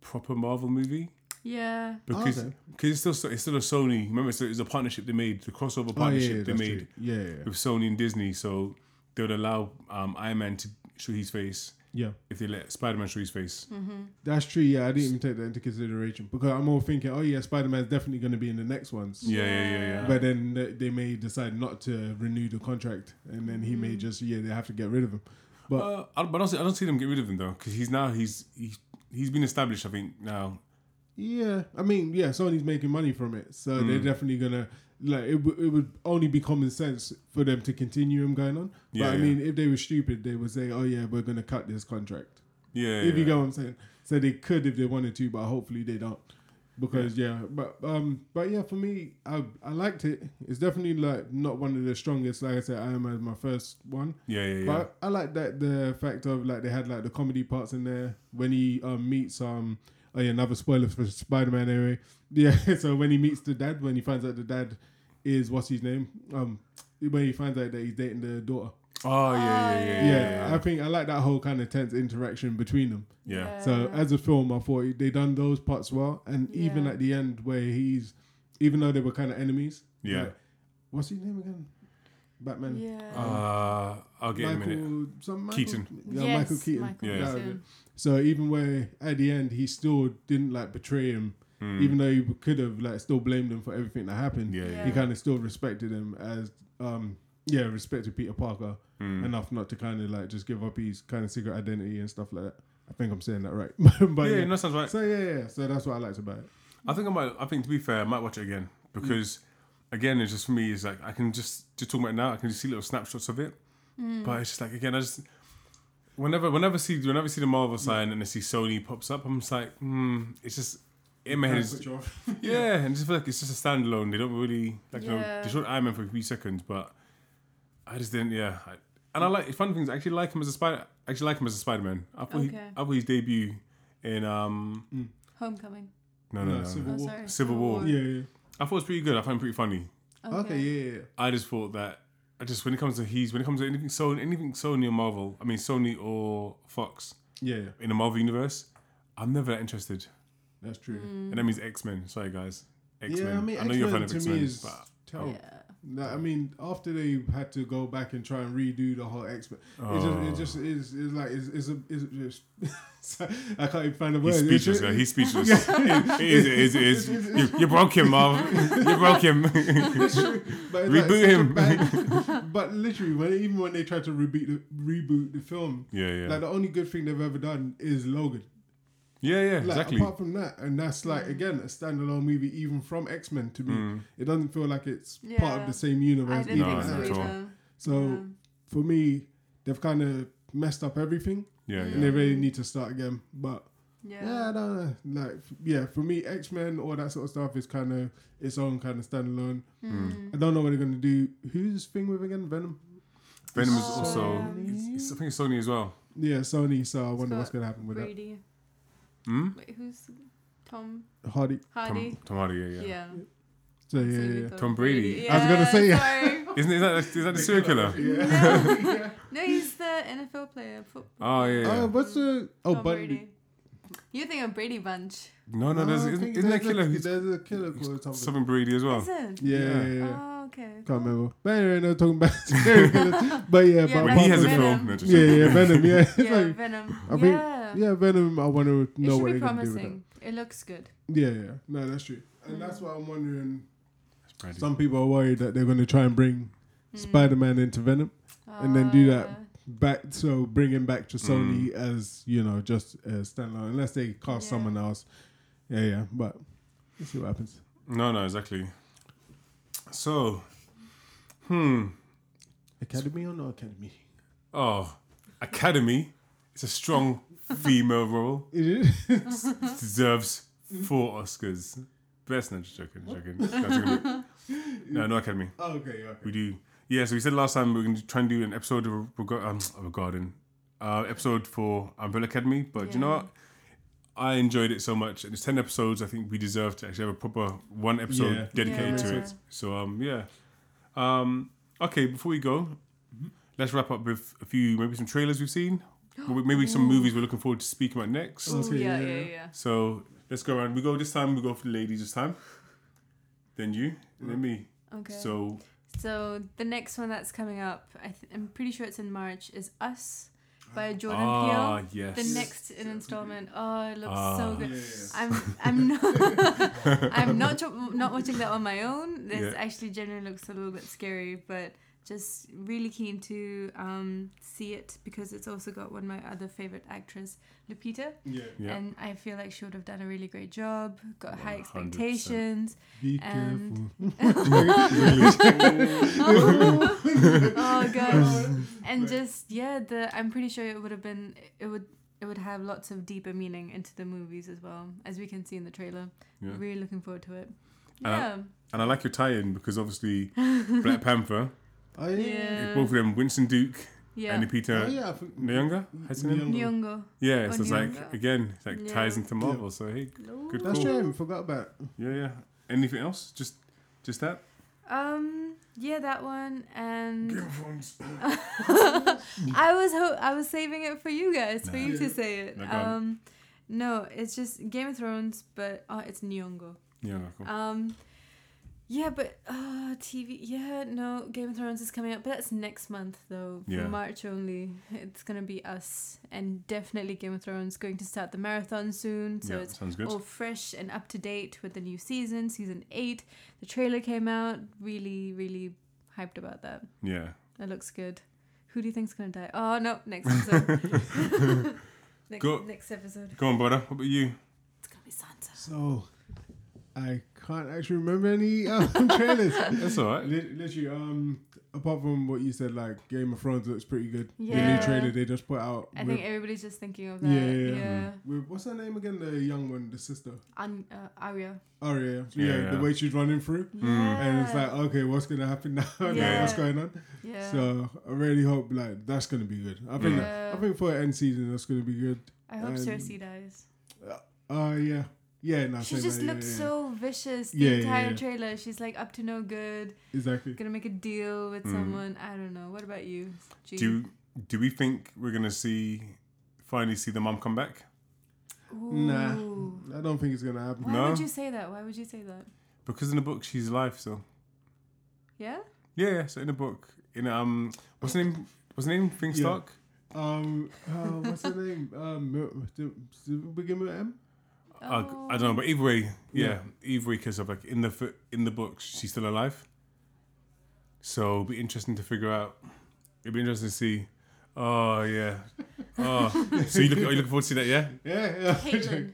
B: proper Marvel movie
A: Yeah.
B: because
C: Oh, okay.
B: because it's still so- it's still a Sony. Remember, it's a, it's a partnership they made, the crossover
C: Oh, yeah,
B: partnership
C: yeah,
B: they
C: that's
B: made
C: true. Yeah, yeah,
B: with Sony and Disney. So they would allow um, Iron Man to show his face
C: yeah.
B: if they let Spider Man show his face.
C: That's true. Yeah, I didn't even take that into consideration because I'm all thinking, oh yeah, Spider Man's definitely going to be in the next ones.
B: Yeah, yeah, yeah, yeah.
C: But then th- they may decide not to renew the contract, and then he
A: Mm.
C: may just yeah they have to get rid of him. But
B: Uh, I, but honestly, I don't see them get rid of him though, because he's now he's he, he's been established. I think now.
C: yeah, I mean yeah, Sony's making money from it, so they're
B: Mm.
C: definitely gonna like it. W- it would only be common sense for them to continue him going on. But
B: Yeah,
C: I
B: yeah.
C: mean, if they were stupid, they would say, oh yeah, we're gonna cut this contract.
B: Yeah,
C: if you
B: yeah.
C: get what I'm saying. So they could if they wanted to, but hopefully they don't. Because yeah, but um, but yeah, for me, I I liked it. It's definitely like not one of the strongest. Like I said, I am uh, my first one.
B: yeah, yeah, yeah.
C: But I, I like that the fact of like they had like the comedy parts in there when he um meets um oh yeah, another spoiler for Spider Man anyway. Yeah, so when he meets the dad, when he finds out the dad is what's his name um when he finds out that he's dating the daughter.
B: oh yeah, yeah, yeah, yeah,
C: Yeah,
B: yeah,
C: I think I like that whole kind of tense interaction between them.
B: yeah. yeah.
C: So as a film, I thought they done those parts well, and even
A: Yeah.
C: at the end where he's, even though they were kind of enemies.
B: Yeah.
C: like, what's his name again? Batman.
A: yeah.
B: Uh, I'll get in a minute.
C: Michael, some Michael,
B: Keaton.
C: Yeah,
A: yes,
C: Michael Keaton.
A: Michael
B: Yeah.
C: That was
A: Keaton.
C: it. So even where at the end he still didn't like betray him,
B: Hmm,
C: even though he could have like still blamed him for everything that happened.
B: Mm. Yeah, yeah.
C: He kind of still respected him as um yeah respected Peter Parker
B: hmm. Mm.
C: enough not to kind of like just give up his kind of secret identity and stuff like that. I think I'm saying that right. but
B: Yeah,
C: yeah,
B: yeah, no, sounds right.
C: so yeah, yeah. So that's what I liked about it.
B: I think I might. I think to be fair, I might watch it again because, again, it's just for me. It's like I can just just talking about it now. I can just see little snapshots of it, but it's just like again, I just whenever whenever I see whenever I see the Marvel sign and I see Sony pops up, I'm just like, hmm. It's just in my head. it's- yeah, and I just feel like it's just a standalone. They don't really like you know,
A: Yeah.
B: they showed Iron Man for a few seconds, but I just didn't. Yeah, I,
A: Mm.
B: and I like fun things. I actually like him as a spider. I actually like him as a Spider Man. I thought he,
A: Okay.
B: I thought his debut in um
A: Homecoming.
B: no no,
C: No,
B: no, no.
C: Civil
A: Oh,
C: War.
A: sorry.
B: Civil War.
C: Mm. yeah, yeah.
B: I thought it was pretty good. I found it pretty funny.
A: Okay.
C: Okay, yeah, yeah, yeah.
B: I just thought that I just when it comes to he's when it comes to anything Sony anything Sony or Marvel, I mean Sony or Fox
C: yeah, yeah.
B: in the Marvel universe, I'm never that interested.
C: That's true.
A: Mm.
B: And that means X Men. Sorry guys. X Men.
C: Yeah, I mean,
B: know you're a
C: X-Men
B: fan of
C: to
B: X
C: me
B: Men,
C: is
B: but
C: terrible.
A: Yeah.
C: No, I mean, after they had to go back and try and redo the whole X Men,
B: Oh.
C: it just, it just is, is like, it's, it's, a, it's just, I can't even find the word.
B: He's
C: It's
B: speechless.
C: just-
B: Now. He's speechless. it is. It is. It is.
C: It's- it's-
B: You, you broke him, Marv. You broke him.
C: it's true, but it's like
B: Reboot
C: such a
B: him.
C: bad- but literally, when even when they tried to reboot the reboot the film,
B: yeah, yeah,
C: like the only good thing they've ever done is Logan.
B: yeah, yeah.
C: Like
B: Exactly.
C: apart from that, and that's like again a standalone movie, even from X Men to me,
B: Mm.
C: it doesn't feel like it's part
A: Yeah.
C: of the same
A: I
C: universe.
A: didn't
B: No,
C: even.
A: think
B: not at
A: so
B: all.
A: either.
C: So for me, they've kind of messed up everything,
B: Yeah,
C: and they
B: yeah.
C: really need to start again. But
A: yeah.
C: yeah, I don't know. Like f- yeah, for me, X Men all that sort of stuff is kind of its own kind of standalone.
B: Hmm.
A: Mm.
C: I don't know what they're gonna do. Who's this thing with again? Venom.
B: Venom is
A: Oh,
B: also.
A: yeah.
B: It's, it's, I think it's Sony as well.
C: Yeah, Sony. So I wonder
A: got
C: what's gonna happen with that.
A: Brady.
B: Hmm?
A: Wait, who's Tom
C: Hardy.
A: Hardy?
B: Tom, Tom Hardy. Yeah,
A: yeah.
B: yeah.
C: So yeah,
A: So
C: yeah,
A: we
C: yeah.
A: thought
B: Tom Brady.
A: Yeah,
C: I was gonna say, yeah.
A: sorry.
B: Isn't it, is that is that the serial killer?
A: no. no, he's the NFL player. Football.
B: Oh yeah. yeah.
C: Uh, what's the oh,
A: Tom
C: but
A: Brady. You think of Brady Bunch?
B: no, Oh, no. There's,
C: I
B: isn't
C: think
B: isn't there a
C: there's
B: killer
C: A,
B: who's
C: there's a killer called Tom.
B: something Brady as well?
A: Is it?
C: yeah, yeah,
B: Yeah.
C: yeah. yeah.
A: Oh, okay.
C: Can't remember. But anyway, no talking about serial killers. But yeah,
A: Yeah,
C: but
B: When he
C: apart
B: has a
C: from
A: Venom.
B: film. No, just
C: Yeah,
B: joking.
C: yeah, Venom. Yeah, It's
A: Yeah,
C: like-
A: Venom.
C: I think-
A: yeah.
C: yeah, Venom. I want to
A: It
C: know
A: should
C: what
A: be
C: they're gonna do with that.
A: promising. It looks good.
C: Yeah, yeah, no, that's true,
A: Mm-hmm.
C: and that's why I'm wondering.
B: Brady.
C: Some people are worried that they're gonna try and bring
A: Mm.
C: Spider-Man into Venom and then do that
A: Uh,
C: back, so bring him back to Sony as you know, just a standalone, unless they cast
A: Yeah.
C: someone else. Yeah, yeah, but let's see what happens.
B: No, no, exactly. So, hmm.
C: Academy or no Academy?
B: Oh, Academy. It's a strong female role.
C: Is it?
B: It deserves four Oscars. Best. No, just joking. Just joking. No, just joking. no, no Academy.
C: oh, okay, okay.
B: We do. Yeah. So we said last time we are going to try and do an episode of reg- um, regarding uh, episode for Umbrella Academy, but do you know
A: Yeah.
B: what? I enjoyed it so much, and it's ten episodes. I think we deserve to actually have a proper one episode
C: Yeah.
B: dedicated
A: Yeah.
B: to it. So um, yeah. Um, okay, before we go, let's wrap up with a few maybe some trailers we've seen, or maybe some movies we're looking forward to speaking about next.
A: Ooh,
C: Okay,
A: Oh, yeah,
C: yeah,
A: yeah,
C: yeah.
A: yeah.
B: So let's go around. We go this time. We go for the ladies this time. Then you, and then me.
A: Okay. So,
B: So
A: the next one that's coming up, I th- I'm pretty sure it's in March, is Us by Jordan
B: ah
A: Peele.
B: yes,
A: The next in installment. Oh, it looks
B: Ah.
A: so good.
C: Yeah, yeah,
A: I'm I'm not I'm not cho- not watching that on my own. This
B: Yeah.
A: actually generally looks a little bit scary, but just really keen to um, see it because it's also got one of my other favorite actress, Lupita,
C: yeah.
B: Yeah.
A: and I feel like she would have done a really great job. Got high
B: 100%.
A: expectations.
C: Be
A: And-
C: careful.
A: Oh gosh, and just yeah, the I'm pretty sure it would have been it would it would have lots of deeper meaning into the movies as well, as we can see in the trailer.
B: Yeah.
A: Really looking forward to it.
B: Uh,
A: Yeah.
B: And I like your tie-in because obviously Black Panther,
C: Oh,
A: yeah.
B: both of them, Winston Duke
A: yeah.
B: and Peter
C: Oh, yeah, I think-
B: Nyong'o. How's his name?
C: Nyong'o.
A: Nyong'o.
B: Yeah, so
A: Oh,
B: it's like
A: Nyong'o.
B: again, it's like ties
A: Yeah.
B: into Marvel. So hey, good
C: That's
B: call.
C: true. I forgot about.
B: Yeah, yeah. Anything else? Just, just that.
A: Um. Yeah, that one, and
B: That's
A: I was ho- I was saving it for you guys, for
B: Nah.
A: you to say it.
B: No, go on.
A: um, no, it's just Game of Thrones, but uh, it's Nyong'o.
B: Yeah, no, cool.
A: Um, yeah, but uh, TV. Yeah, no, Game of Thrones is coming up, but that's next month though.
B: Yeah.
A: March only. It's gonna be us, and definitely Game of Thrones going to start the marathon soon. So
B: yeah,
A: it's
B: sounds good.
A: all fresh and up to date with the new season, season eight. The trailer came out. Really, really hyped about that.
B: Yeah,
A: That looks good. Who do you think's gonna die? Oh no, next episode. next,
B: Go-
A: next episode.
B: go on, brother. What about you?
A: It's gonna be Sansa.
C: So, I can't actually remember any um, trailers.
B: That's all right.
C: Lit- Literally, um, apart from what you said, like Game of Thrones looks pretty good. The
A: Yeah.
C: new trailer they just put out.
A: I
C: with,
A: think everybody's just thinking of that.
C: Yeah,
A: Yeah.
C: yeah, yeah.
B: Hmm.
C: with- what's her name again? The young one, the sister.
A: Un- uh, Arya.
C: Aria. Yeah,
B: Yeah,
C: the
B: yeah.
C: way she's running through.
A: Yeah.
C: And it's like, okay, what's gonna happen now? Like,
A: Yeah.
C: What's going on?
A: yeah.
C: So I really hope like that's gonna be good. I think
A: Yeah.
C: I think for end season that's gonna be good.
A: I hope
C: um,
A: Cersei dies.
C: Oh yeah, yeah. No,
A: She
C: same
A: just
C: way, yeah,
A: looks
C: yeah,
A: so vicious the
C: Yeah, yeah,
A: entire
C: yeah.
A: trailer. She's like up to no good.
C: yeah. exactly.
A: Gonna make a deal with
B: Mm.
A: someone. I don't know. What about you? G?
B: Do do we think we're gonna see finally see the mum come back?
C: Nah,
A: Ooh.
C: I don't think it's gonna happen.
A: Why
B: No.
A: would you say that? Why would you say that?
B: Because in the book she's alive still.
A: Yeah?
B: Yeah, yeah, so in the book, in um, what's the name? What's the name? Thing
C: Yeah.
B: Stark.
C: Um, uh, what's her name? Um, Mil- do- do it begin with M.
B: Uh,
A: Oh.
B: I don't know, but either way, yeah,
C: Yeah.
B: either way, because of like in the fi- in the books, she's still alive. So it'd be interesting to figure out. It'd be interesting to see. Oh yeah. Oh, so you look, are you looking forward to see that? Yeah,
C: Yeah, yeah.
A: Caitlin.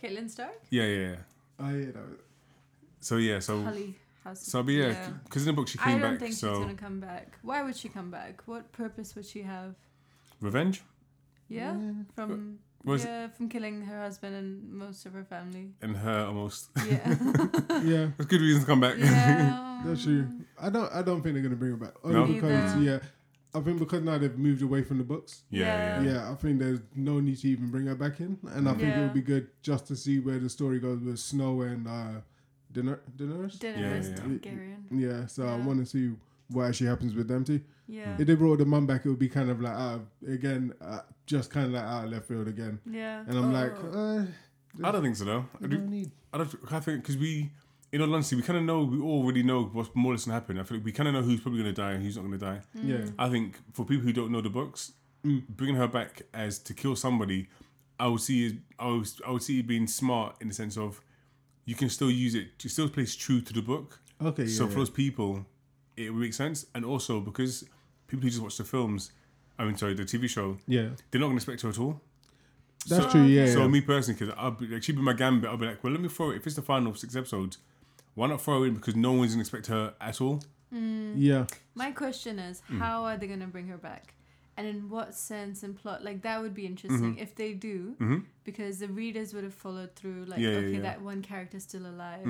A: Caitlin Stark?
B: yeah, yeah. yeah.
C: I hear that.
B: So yeah,
C: Oh.
B: so
A: Holly House.
B: so but yeah,
A: Yeah.
B: because in the book she
A: I
B: came
A: don't
B: back.
A: think
B: so
A: she's gonna come back. Why would she come back? What purpose would she have?
B: revenge
A: Yeah,
C: Mm.
A: from
B: was
A: yeah, from killing her husband and most of her family.
B: and her almost.
A: Yeah,
C: Yeah,
B: That's good reason to come back.
A: yeah.
C: that's true. I don't. I don't think they're gonna bring her back. Only
B: No?
C: because
A: Neither.
C: yeah, I think because now they've moved away from the books.
B: yeah, yeah.
A: Yeah.
C: Yeah, I think there's no need to even bring her back in, and I think it
A: Yeah.
C: would be good just to see where the story goes with Snow and uh, Daener- Daenerys.
A: Daenerys
B: Yeah, yeah.
A: Targaryen.
C: Yeah, so I
A: Yeah.
C: want to see what actually happens with them two.
A: Yeah,
C: If they brought the mum back, it would be kind of like out of, again, uh, just kind of like out of left field again.
A: yeah.
C: And I'm like,
A: Oh.
C: uh,
B: I don't think so though. I
C: you
B: do-
C: don't need.
B: I don't. I think because we, in all honesty, we kind of know. We already know what's more or less going to happen. I feel like we kind of know who's probably going to die and who's not going to die.
A: Mm.
C: Yeah,
B: I think for people who don't know the books,
C: Mm.
B: bringing her back as to kill somebody, I would see. it- I would. I would see it being smart in the sense of, you can still use it. You still plays true to the book.
C: okay, yeah.
B: so for those people, it would make sense. And also because people who just watch the films, I mean, sorry, the TV show,
C: yeah.
B: they're not going to expect her at all.
C: That's
B: So-
C: true, yeah.
B: So
C: yeah.
B: me personally, because I'll be like, she'd be my gambit. I'll be like, well, let me throw it. If it's the final six episodes, why not throw her in? Because no one's gonna expect her at all.
C: yeah.
A: My question is, how are they gonna bring her back? And in what sense and plot? Like that would be interesting if they do,
B: Mm-hmm.
A: because the readers would have followed through. Like,
B: Yeah, yeah,
A: okay,
B: yeah. Mm-hmm.
A: that one character's still alive.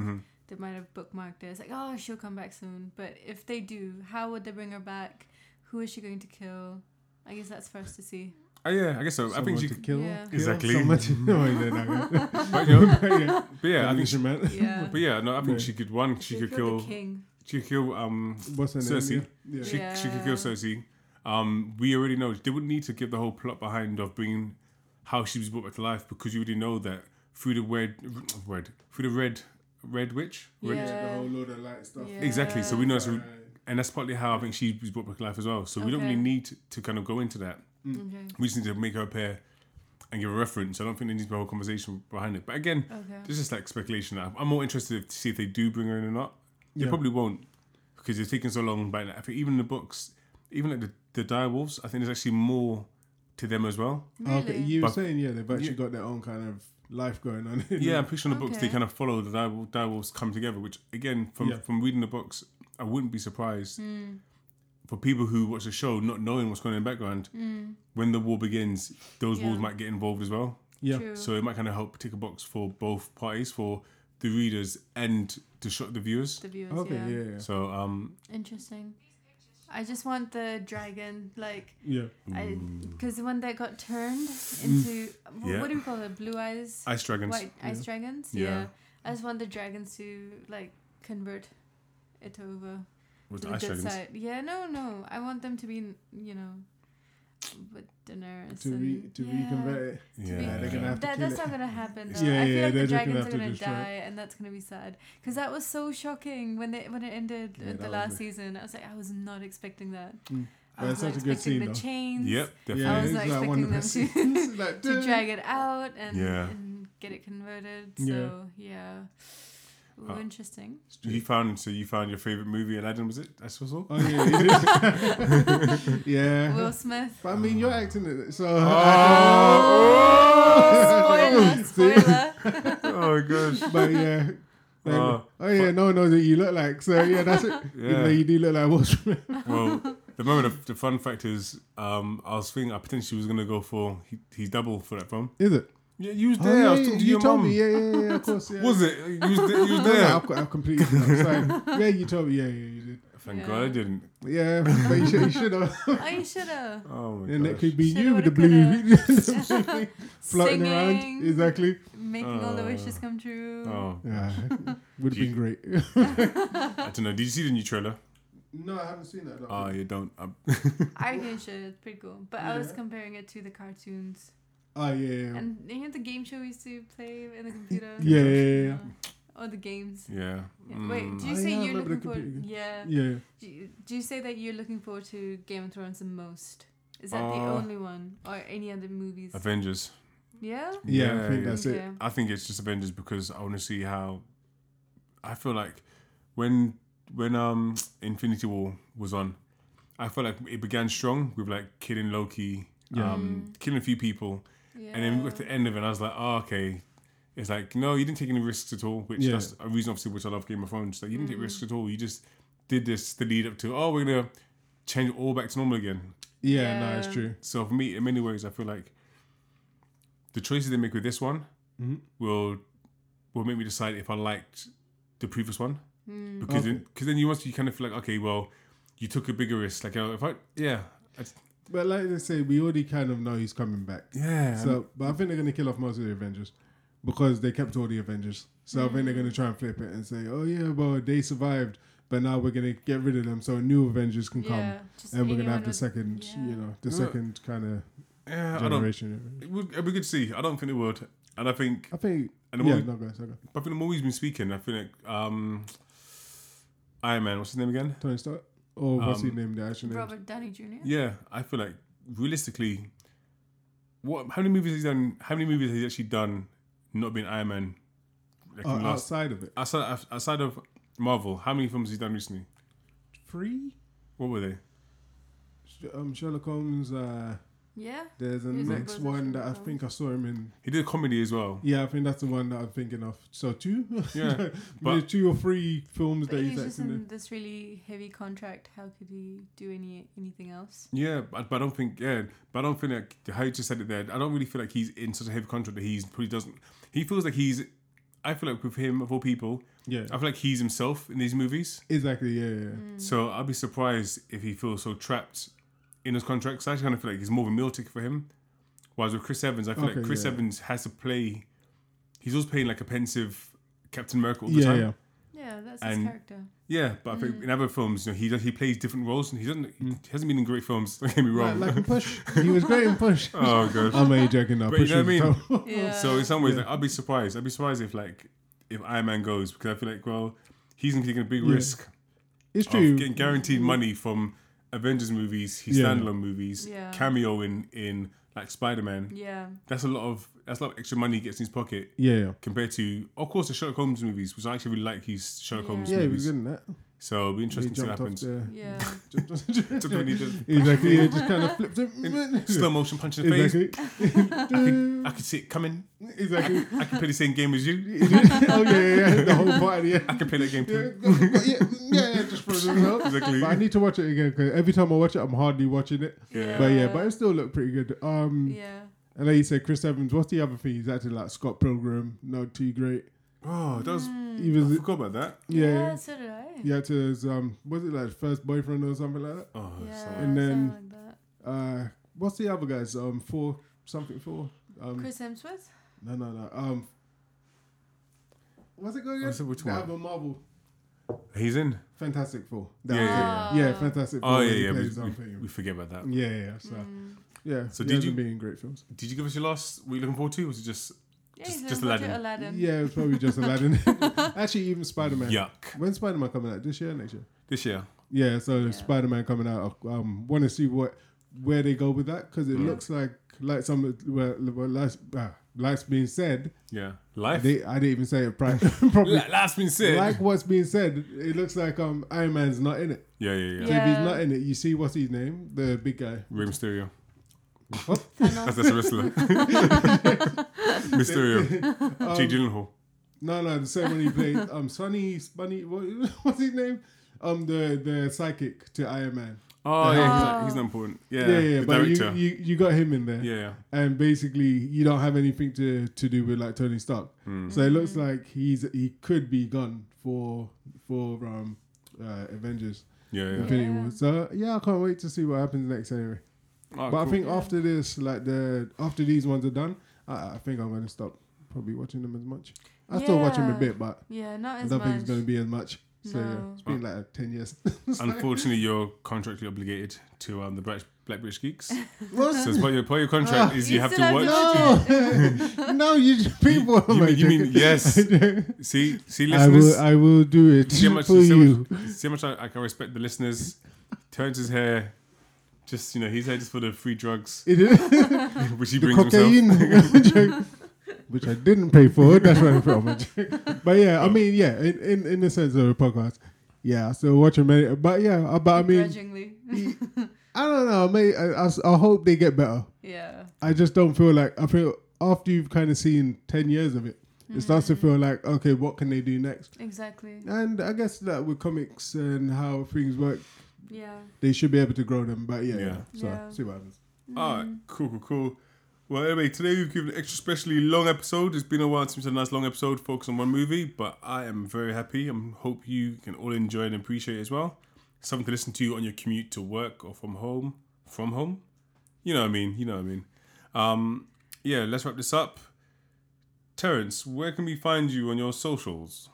A: They might have bookmarked it. It's like, oh, she'll come back soon. But if they do, how would they bring her back? Who is she going to kill? I guess that's for us to see.
B: Oh yeah, I guess so. I think
C: Someone
B: she.
C: to kill.
A: Yeah.
C: kill
B: Exactly.
C: someone to- no, yeah, no,
B: But, you know,
C: yeah.
B: but yeah, I think. She,
C: she meant.
A: Yeah.
B: but yeah, no, I think
C: Yeah.
B: she could one. She could
A: the
B: kill.
A: king.
B: She could kill. Um,
C: What's her name?
B: Cersei.
C: Yeah.
B: she
C: yeah.
B: she could kill
A: Yeah.
B: Cersei. Um, we already know they wouldn't need to give the whole plot behind of bringing how she was brought back to life because you already know that through the red, red through the red, red witch. Red,
C: The
A: Yeah.
C: whole Lord of Light stuff. Oh,
A: Yeah.
B: Exactly. So we know it's a,
C: Right.
B: and that's partly how I think she was brought back to life as well. So we don't
A: Okay.
B: really need to, to kind of go into that.
A: Okay.
B: We just need to make her appear and give a reference. I don't think there needs to be a whole conversation behind it. But again,
A: Okay.
B: this is like speculation. I'm I'm more interested to see if they do bring her in or not. They
C: Yeah.
B: probably won't because they've taken so long. But I think even in the books, even like the, the direwolves, I think there's actually more to them as well.
C: Okay, you were
B: But-
C: saying, yeah, they've actually got their own kind of life going on.
B: Yeah, I'm pretty sure in the books they
A: Okay.
B: kind of follow the dire- direwolves come together, which again, from
C: Yeah.
B: from reading the books, I wouldn't be surprised
A: Hmm.
B: for people who watch the show not knowing what's going on in the background. When the war begins, those wolves
A: Hmm. Yeah.
B: might get involved as well.
C: Yeah.
A: True.
B: So it might kind of help tick a box for both parties, for the readers and to shock the viewers.
A: the viewers.
C: Okay, yeah,
A: yeah.
C: yeah.
B: So um,
A: Interesting. I just want the dragon, like,
C: Yeah.
A: because when they got turned into wh-
B: Mm. Yeah.
A: what do we call it? Blue eyes,
B: ice dragons.
A: white ice dragons.
B: Yeah.
A: Yeah. I just want the dragons to like convert it over
B: With
A: to
B: the
A: the
B: ice
A: good
B: dragons.
A: side. Yeah, no, no. I want them to be, you know, with Daenerys.
C: To, re-
A: and,
C: to
A: yeah.
C: reconvert it.
A: be-
B: Yeah.
C: they're gonna have to
A: That,
C: kill
A: that's
C: it.
A: not gonna happen.
C: Yeah,
A: Though. I feel
C: yeah,
A: like
C: they're
A: the
C: just gonna
A: dragons
C: have
A: are
C: to
A: gonna
C: destroy it.
A: die, and that's gonna be sad. Because that was so shocking when they when it ended
C: Yeah,
A: uh,
C: that
A: the
C: was
A: last
C: a-
A: season. I was like, I was not expecting that.
C: Mm.
A: I
C: But
A: was
C: it's
A: not
C: such a good
A: expecting
C: scene,
A: the
C: though.
A: chains
B: Yep, definitely.
A: I was
C: it's
A: not
C: like
A: expecting
C: one of
A: them
C: the
A: to-
C: scenes, like,
A: to
C: duh.
A: drag it out and,
B: Yeah.
A: and get it converted.
C: Yeah.
A: So yeah, Ooh,
B: Uh,
A: interesting.
B: You found so you found your favorite movie, Aladdin was it? That's what's all.
C: Oh yeah, it is. yeah.
A: Will Smith.
C: but I mean,
B: Mm.
C: you're acting in it, so
B: Uh, Oh.
A: Oh, spoiler! Spoiler!
B: Oh gosh.
C: but yeah. Like,
B: Oh.
C: oh, yeah, no one knows what you look like. So yeah, that's it. Even
B: Yeah.
C: though you do look like Will Smith.
B: Well, the moment of the fun fact is, um, I was thinking I potentially was gonna go for he, he's double for that film.
C: Is it?
B: Yeah, you was
C: Oh,
B: there.
C: yeah,
B: I was talking to
C: you
B: your
C: told
B: mum.
C: me. Yeah, yeah, yeah. Of course. Yeah.
B: Was it? You was, there- you
C: No,
B: was
C: no,
B: there.
C: I've, I've completely. I'm sorry. Yeah, you told me. Yeah, yeah, you did.
B: Thank
A: Yeah.
B: God I didn't.
C: Yeah, but you should, you should have.
A: oh, you should have
B: Oh my
C: And it
B: gosh.
C: could be
A: Shoulda,
C: you with the blue,
A: woulda,
C: the blue thing
A: singing,
C: floating around. Exactly.
A: making all the wishes
B: Uh,
A: come true.
B: Oh,
C: Yeah, would have
B: You-
C: been great.
B: I don't know. Did you see the new trailer?
C: No, I haven't seen that.
B: Oh, you don't. Um,
A: I reckon you should. It's pretty cool. But I was
C: Yeah.
A: comparing it to the cartoons
C: Oh yeah, yeah,
A: and you know the game show we used to play in the computer.
C: yeah, yeah, yeah.
A: or the games.
B: Yeah. Mm.
A: Yeah. Wait, do
C: Oh,
A: you say
C: yeah, I
A: you're
C: remember the
A: looking forward?
C: computer
A: Yeah.
C: Yeah.
A: Do you, do you say that you're looking forward to Game of Thrones the most? Is that the
B: Uh,
A: only one, or any other movies?
B: Avengers.
A: Yeah.
C: Yeah, I
B: Yeah,
C: think
B: yeah.
C: that's it.
A: okay.
B: I think it's just Avengers because I want to see how. I feel like when when um Infinity War was on, I felt like it began strong with like killing Loki,
C: Yeah.
B: um,
A: Mm.
B: killing a few people,
A: Yeah.
B: and then at the end of it, I was like, oh okay. It's like no, you didn't take any risks at all, which
C: Yeah.
B: that's a reason obviously which I love Game of Thrones. Like you
A: Mm.
B: didn't take risks at all. You just did this to lead up to oh we're gonna change it all back to normal again.
C: Yeah, no, it's
A: Yeah.
C: true.
B: So for me, in many ways, I feel like the choices they make with this one
C: Mhm.
B: will will make me decide if I liked the previous one
A: Hmm.
C: Mm-hmm.
B: because
C: Okay.
B: then, cause then you once you kind of feel like okay, well, you took a bigger risk. Like you know, if I yeah I,
C: But like I say, we already kind of know he's coming back.
B: yeah
C: So, but I think they're gonna kill off most of the Avengers because they kept all the Avengers. So I think they're gonna try and flip it and say, "Oh yeah, well they survived, but now we're gonna get rid of them, so new Avengers can
A: yeah. Just
C: come, and we're gonna
A: anyone
C: have the
A: with-
C: second, you
A: yeah.
C: know, the
B: Yeah.
C: second kind
B: yeah
C: of
B: Uh, I don't.
C: generation."
B: It would, it'd be good to see. I don't think it would, and I think
C: I think.
B: and the
C: yeah,
B: more we-
C: no, go ahead, sorry, go ahead.
B: I think the more we've been speaking, I feel like um, Iron Man. What's his name again?
C: Tony Stark. Or what's his
B: Um,
C: name? The actual name.
A: Robert Downey Jr.
B: Yeah, I feel like realistically, what how many movies has he done? How many movies has he actually done? Not being Iron Man, like
C: Uh,
B: in the last
C: outside of it,
B: outside outside of Marvel, how many films has he done recently?
C: three.
B: What were they?
C: Sh- Um, Sherlock Holmes. Uh,
A: Yeah.
C: there's a
A: He's in
C: next
A: both of
C: one that I
A: Sherlock
C: think I saw him in.
B: He did comedy as well.
C: Yeah, I think that's the one that I'm thinking of. So two,
B: Yeah,
C: maybe
B: but-
C: two or three films
A: But
C: that
A: he's
C: he's
A: just
C: acting in.
A: in this really heavy contract. How could he do any anything else?
B: Yeah, but, but I don't think yeah, but I don't think like how you just said it there. I don't really feel like he's in such a heavy contract that he's probably doesn't. He feels like he's. I feel like with him of all people,
C: Yeah,
B: I feel like he's himself in these movies.
C: exactly. Yeah, yeah. yeah.
B: So I'd be surprised if he feels so trapped in his contract. 'cause I actually kind of feel like it's more of a meal ticket for him. Whereas with Chris Evans, I feel
C: Okay,
B: like Chris
C: yeah.
B: Evans has to play. He's always playing like a pensive Captain America all the
C: yeah,
B: time.
C: yeah.
A: Yeah, that's his
B: And-
A: character.
B: Yeah, but I think in other films, you know, he does, he plays different roles, and he doesn't. He hasn't been in great films. Don't get me
C: Like,
B: wrong.
C: Mm. like in Push, he was great in Push.
B: oh gosh.
C: I'm only joking now.
B: But you
C: Push
B: know what I
C: was dope.
A: Yeah.
B: So in some ways,
C: Yeah.
B: like, I'd be surprised. I'd be surprised if like if Iron Man goes because I feel like well, he's taking a big
C: Yeah.
B: risk
C: it's
B: of
C: true.
B: getting guaranteed money from Avengers movies, his
C: Yeah.
B: standalone movies,
A: Yeah.
B: cameo in in like Spider Man.
A: yeah.
B: That's a lot of that's a lot of extra money he gets in his pocket
C: Yeah, yeah.
B: compared to, of course, the Sherlock Holmes movies, which I actually really like his Sherlock
A: Yeah.
B: Holmes
C: Yeah, he was
B: movies.
C: good in that.
B: So it'll be
C: He
B: interesting to see what
C: jumped off
B: happens.
C: the.
A: Yeah.
C: jumped off the-
B: Took him and he did
C: exactly. He just kind of flipped him.
B: Slow motion punch in the face.
C: exactly.
B: I could see it coming.
C: exactly.
B: I can play the same game as you.
C: oh yeah, yeah, yeah. The whole party. Yeah.
B: I can play that game
C: Yeah,
B: too.
C: yeah, yeah, yeah, just for the
B: Exactly.
C: But I need to watch it again because every time I watch it, I'm hardly watching it.
B: Yeah.
C: But yeah, but it still looked pretty good. Um,
A: yeah.
C: and like you said, Chris Evans. What's the other thing he's acting like? Scott Pilgrim, not too great.
B: Oh, that was.
C: He
B: I
C: was,
B: forgot about that.
C: yeah,
A: Mm. So did I.
C: he had to his um, was it like first boyfriend or something like that?
B: Oh,
A: Yeah,
B: sorry.
C: And then-
A: something like that.
C: Uh, what's the other guys? Um, four something four. Um,
A: Chris Hemsworth.
C: no, no, no. Um, what's it called?
B: What's it-
C: again?
B: which
C: The
B: one?
C: other Marvel,
B: he's in.
C: Fantastic Four.
B: Yeah,
C: yeah,
A: yeah,
C: yeah,
A: yeah.
C: yeah, Fantastic Four.
B: Oh
C: where
B: yeah,
C: he
B: yeah.
C: plays,
B: We,
C: um,
B: we, we forget about that.
C: Yeah, yeah. So
A: Mm.
C: yeah.
B: So
C: he
B: did
C: hasn't
B: you-
C: been in great films?
B: Did you give us your last? What you looking forward to? Was it just
A: Yeah,
B: Just-
A: he's
B: just
A: in Roger
B: Aladdin.
A: Aladdin.
C: Yeah, it was probably just Aladdin. Actually, even Spider Man.
B: yuck
C: When's Spider Man coming out? This year, next year?
B: this year?
C: Yeah, so
A: Yeah.
C: Spider Man coming out. Um, want to see what where they go with that because it
B: Yeah.
C: looks like like some of- well, well life's, uh, life's being said.
B: Yeah, life.
C: They I didn't even say it pri- properly.
B: La- last been said.
C: Like what's being said, it looks like um Iron Man's not in it.
B: yeah, yeah, yeah.
C: So if
A: Yeah.
C: he's not in it, you see what's his name, the big guy.
B: Rey Mysterio.
C: What?
B: That's, that's a wrestler. Mysterio. Jay Gyllenhaal.
C: Um, No, no, the same one he played. Um, Sonny, Bunny, what, what's his name? Um, the the psychic to Iron Man.
B: Oh, yeah, he's, not,
A: Oh.
B: he's not important. Yeah,
C: Yeah, yeah,
B: the
C: but
B: director.
C: you, you you got him in there,
B: yeah, yeah.
C: and basically you don't have anything to to do with like Tony Stark.
B: Mm.
C: So it looks like he's he could be gone for for um uh, Avengers
B: yeah, yeah.
C: Infinity
A: Yeah.
C: War. So yeah, I can't wait to see what happens next anyway.
B: Oh,
C: but I
B: cool.
C: think after this, like the after these ones are done, I, I think I'm gonna stop probably watching them as much. I still watch them a
A: Yeah.
C: bit, but
A: Yeah, not
C: I
A: as
C: don't think
A: much.
C: it's going to be as much. So yeah,
A: No.
C: it's been like 10 years.
B: unfortunately, you're contractually obligated to um the British Black British Geeks.
C: What?
B: so it's part of your, part of your contract
C: Ah.
B: is you
A: You
B: have
A: still
B: to
A: have
B: watch.
C: no, no, you people.
B: You mean- you mean- yes.
C: I do.
B: See, see,
C: I will.
B: listeners.
C: I will do it
B: See how much,
C: for
B: see how
C: you.
B: much, see how much I, I can respect the listeners. Turns his hair, just you know, he's here just for the free drugs
C: It is
B: which he
C: the
B: brings himself.
C: cocaine, which I didn't pay for. That's what I felt. much. But yeah, I mean, yeah, in, in in the sense of a podcast, yeah. So watch a minute, but yeah, uh, but I mean,
A: Begrudgingly.
C: I don't know. Maybe I, I s- I hope they get better.
A: yeah.
C: I just don't feel like I feel after you've kind of seen ten years of it, it starts to feel like okay, what can they do next?
A: Exactly.
C: And I guess that with comics and how things work,
A: Yeah.
C: they should be able to grow them. But yeah, yeah.
B: Yeah.
C: So
A: Yeah. Mm.
C: see what happens.
B: All right, cool, cool, cool. Well, anyway, today we've given an extra specially long episode. It's been a while since a nice long episode focused on one movie, but I am very happy and hope you can all enjoy and appreciate it as well. Something to listen to on your commute to work or from home. From home? You know what I mean. You know what I mean. Um, yeah, let's wrap this up. Terence, where can we find you on your socials?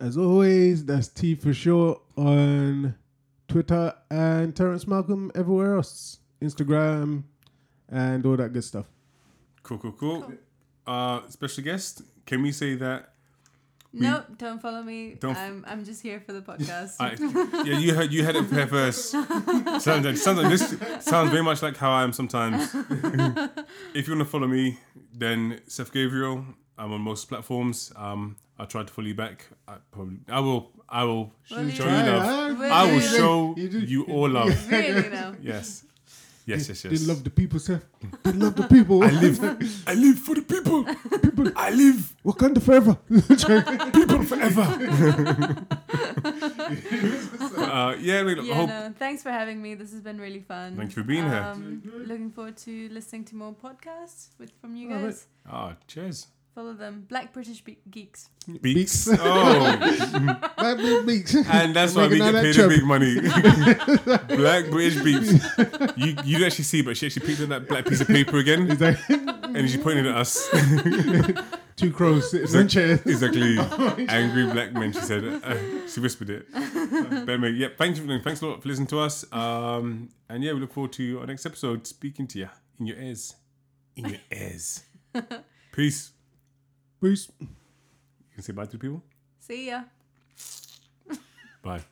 C: As always, that's T for sure on Twitter and Terrence Malcolm everywhere else, Instagram, and all that good stuff.
B: Cool, cool, cool. Uh, special guest, can we say that
A: No, don't follow me.
B: Don't f-
A: I'm I'm just here for the podcast.
B: I, yeah, you had you had it prepared first. sounds like, sounds like this sounds very much like how I am sometimes. if you want to follow me, then Seth Gabriel. I'm on most platforms. Um, I tried to follow you back. I probably I will I will show
A: Will
B: you
A: you?
B: love. I will show you all love.
A: really now.
B: Yes, yes, yes, yes.
C: Didn't love the people, Seth. Didn't love the people.
B: I live. I live for the people. People. I live
C: Wakanda forever.
B: people forever. uh, yeah, we
A: Yeah,
B: hope.
A: no. Thanks for having me. This has been really fun.
B: Thank you for being here.
A: um, Looking forward to listening to more podcasts with from you
C: Alright.
A: guys.
B: Ah, cheers.
A: Follow them, Black British Be- Geeks.
B: Beaks.
C: Beaks.
B: Oh.
C: Black big beaks.
B: And that's why we
C: Making all that
B: get paid the
C: chub.
B: big money. black British beeps. You you don't actually see, but she actually picked up that black piece of paper again, and she pointed at us.
C: Two crows sitting in chairs.
B: exactly, angry black men. She said. Uh, she whispered it. But anyway, yeah. Thanks for thanks a lot for listening to us. Um, and yeah, we look forward to our next episode. Speaking to you in your ears, in your ears. Peace.
C: Peace.
B: You can say bye to the people.
A: See ya.
B: Bye.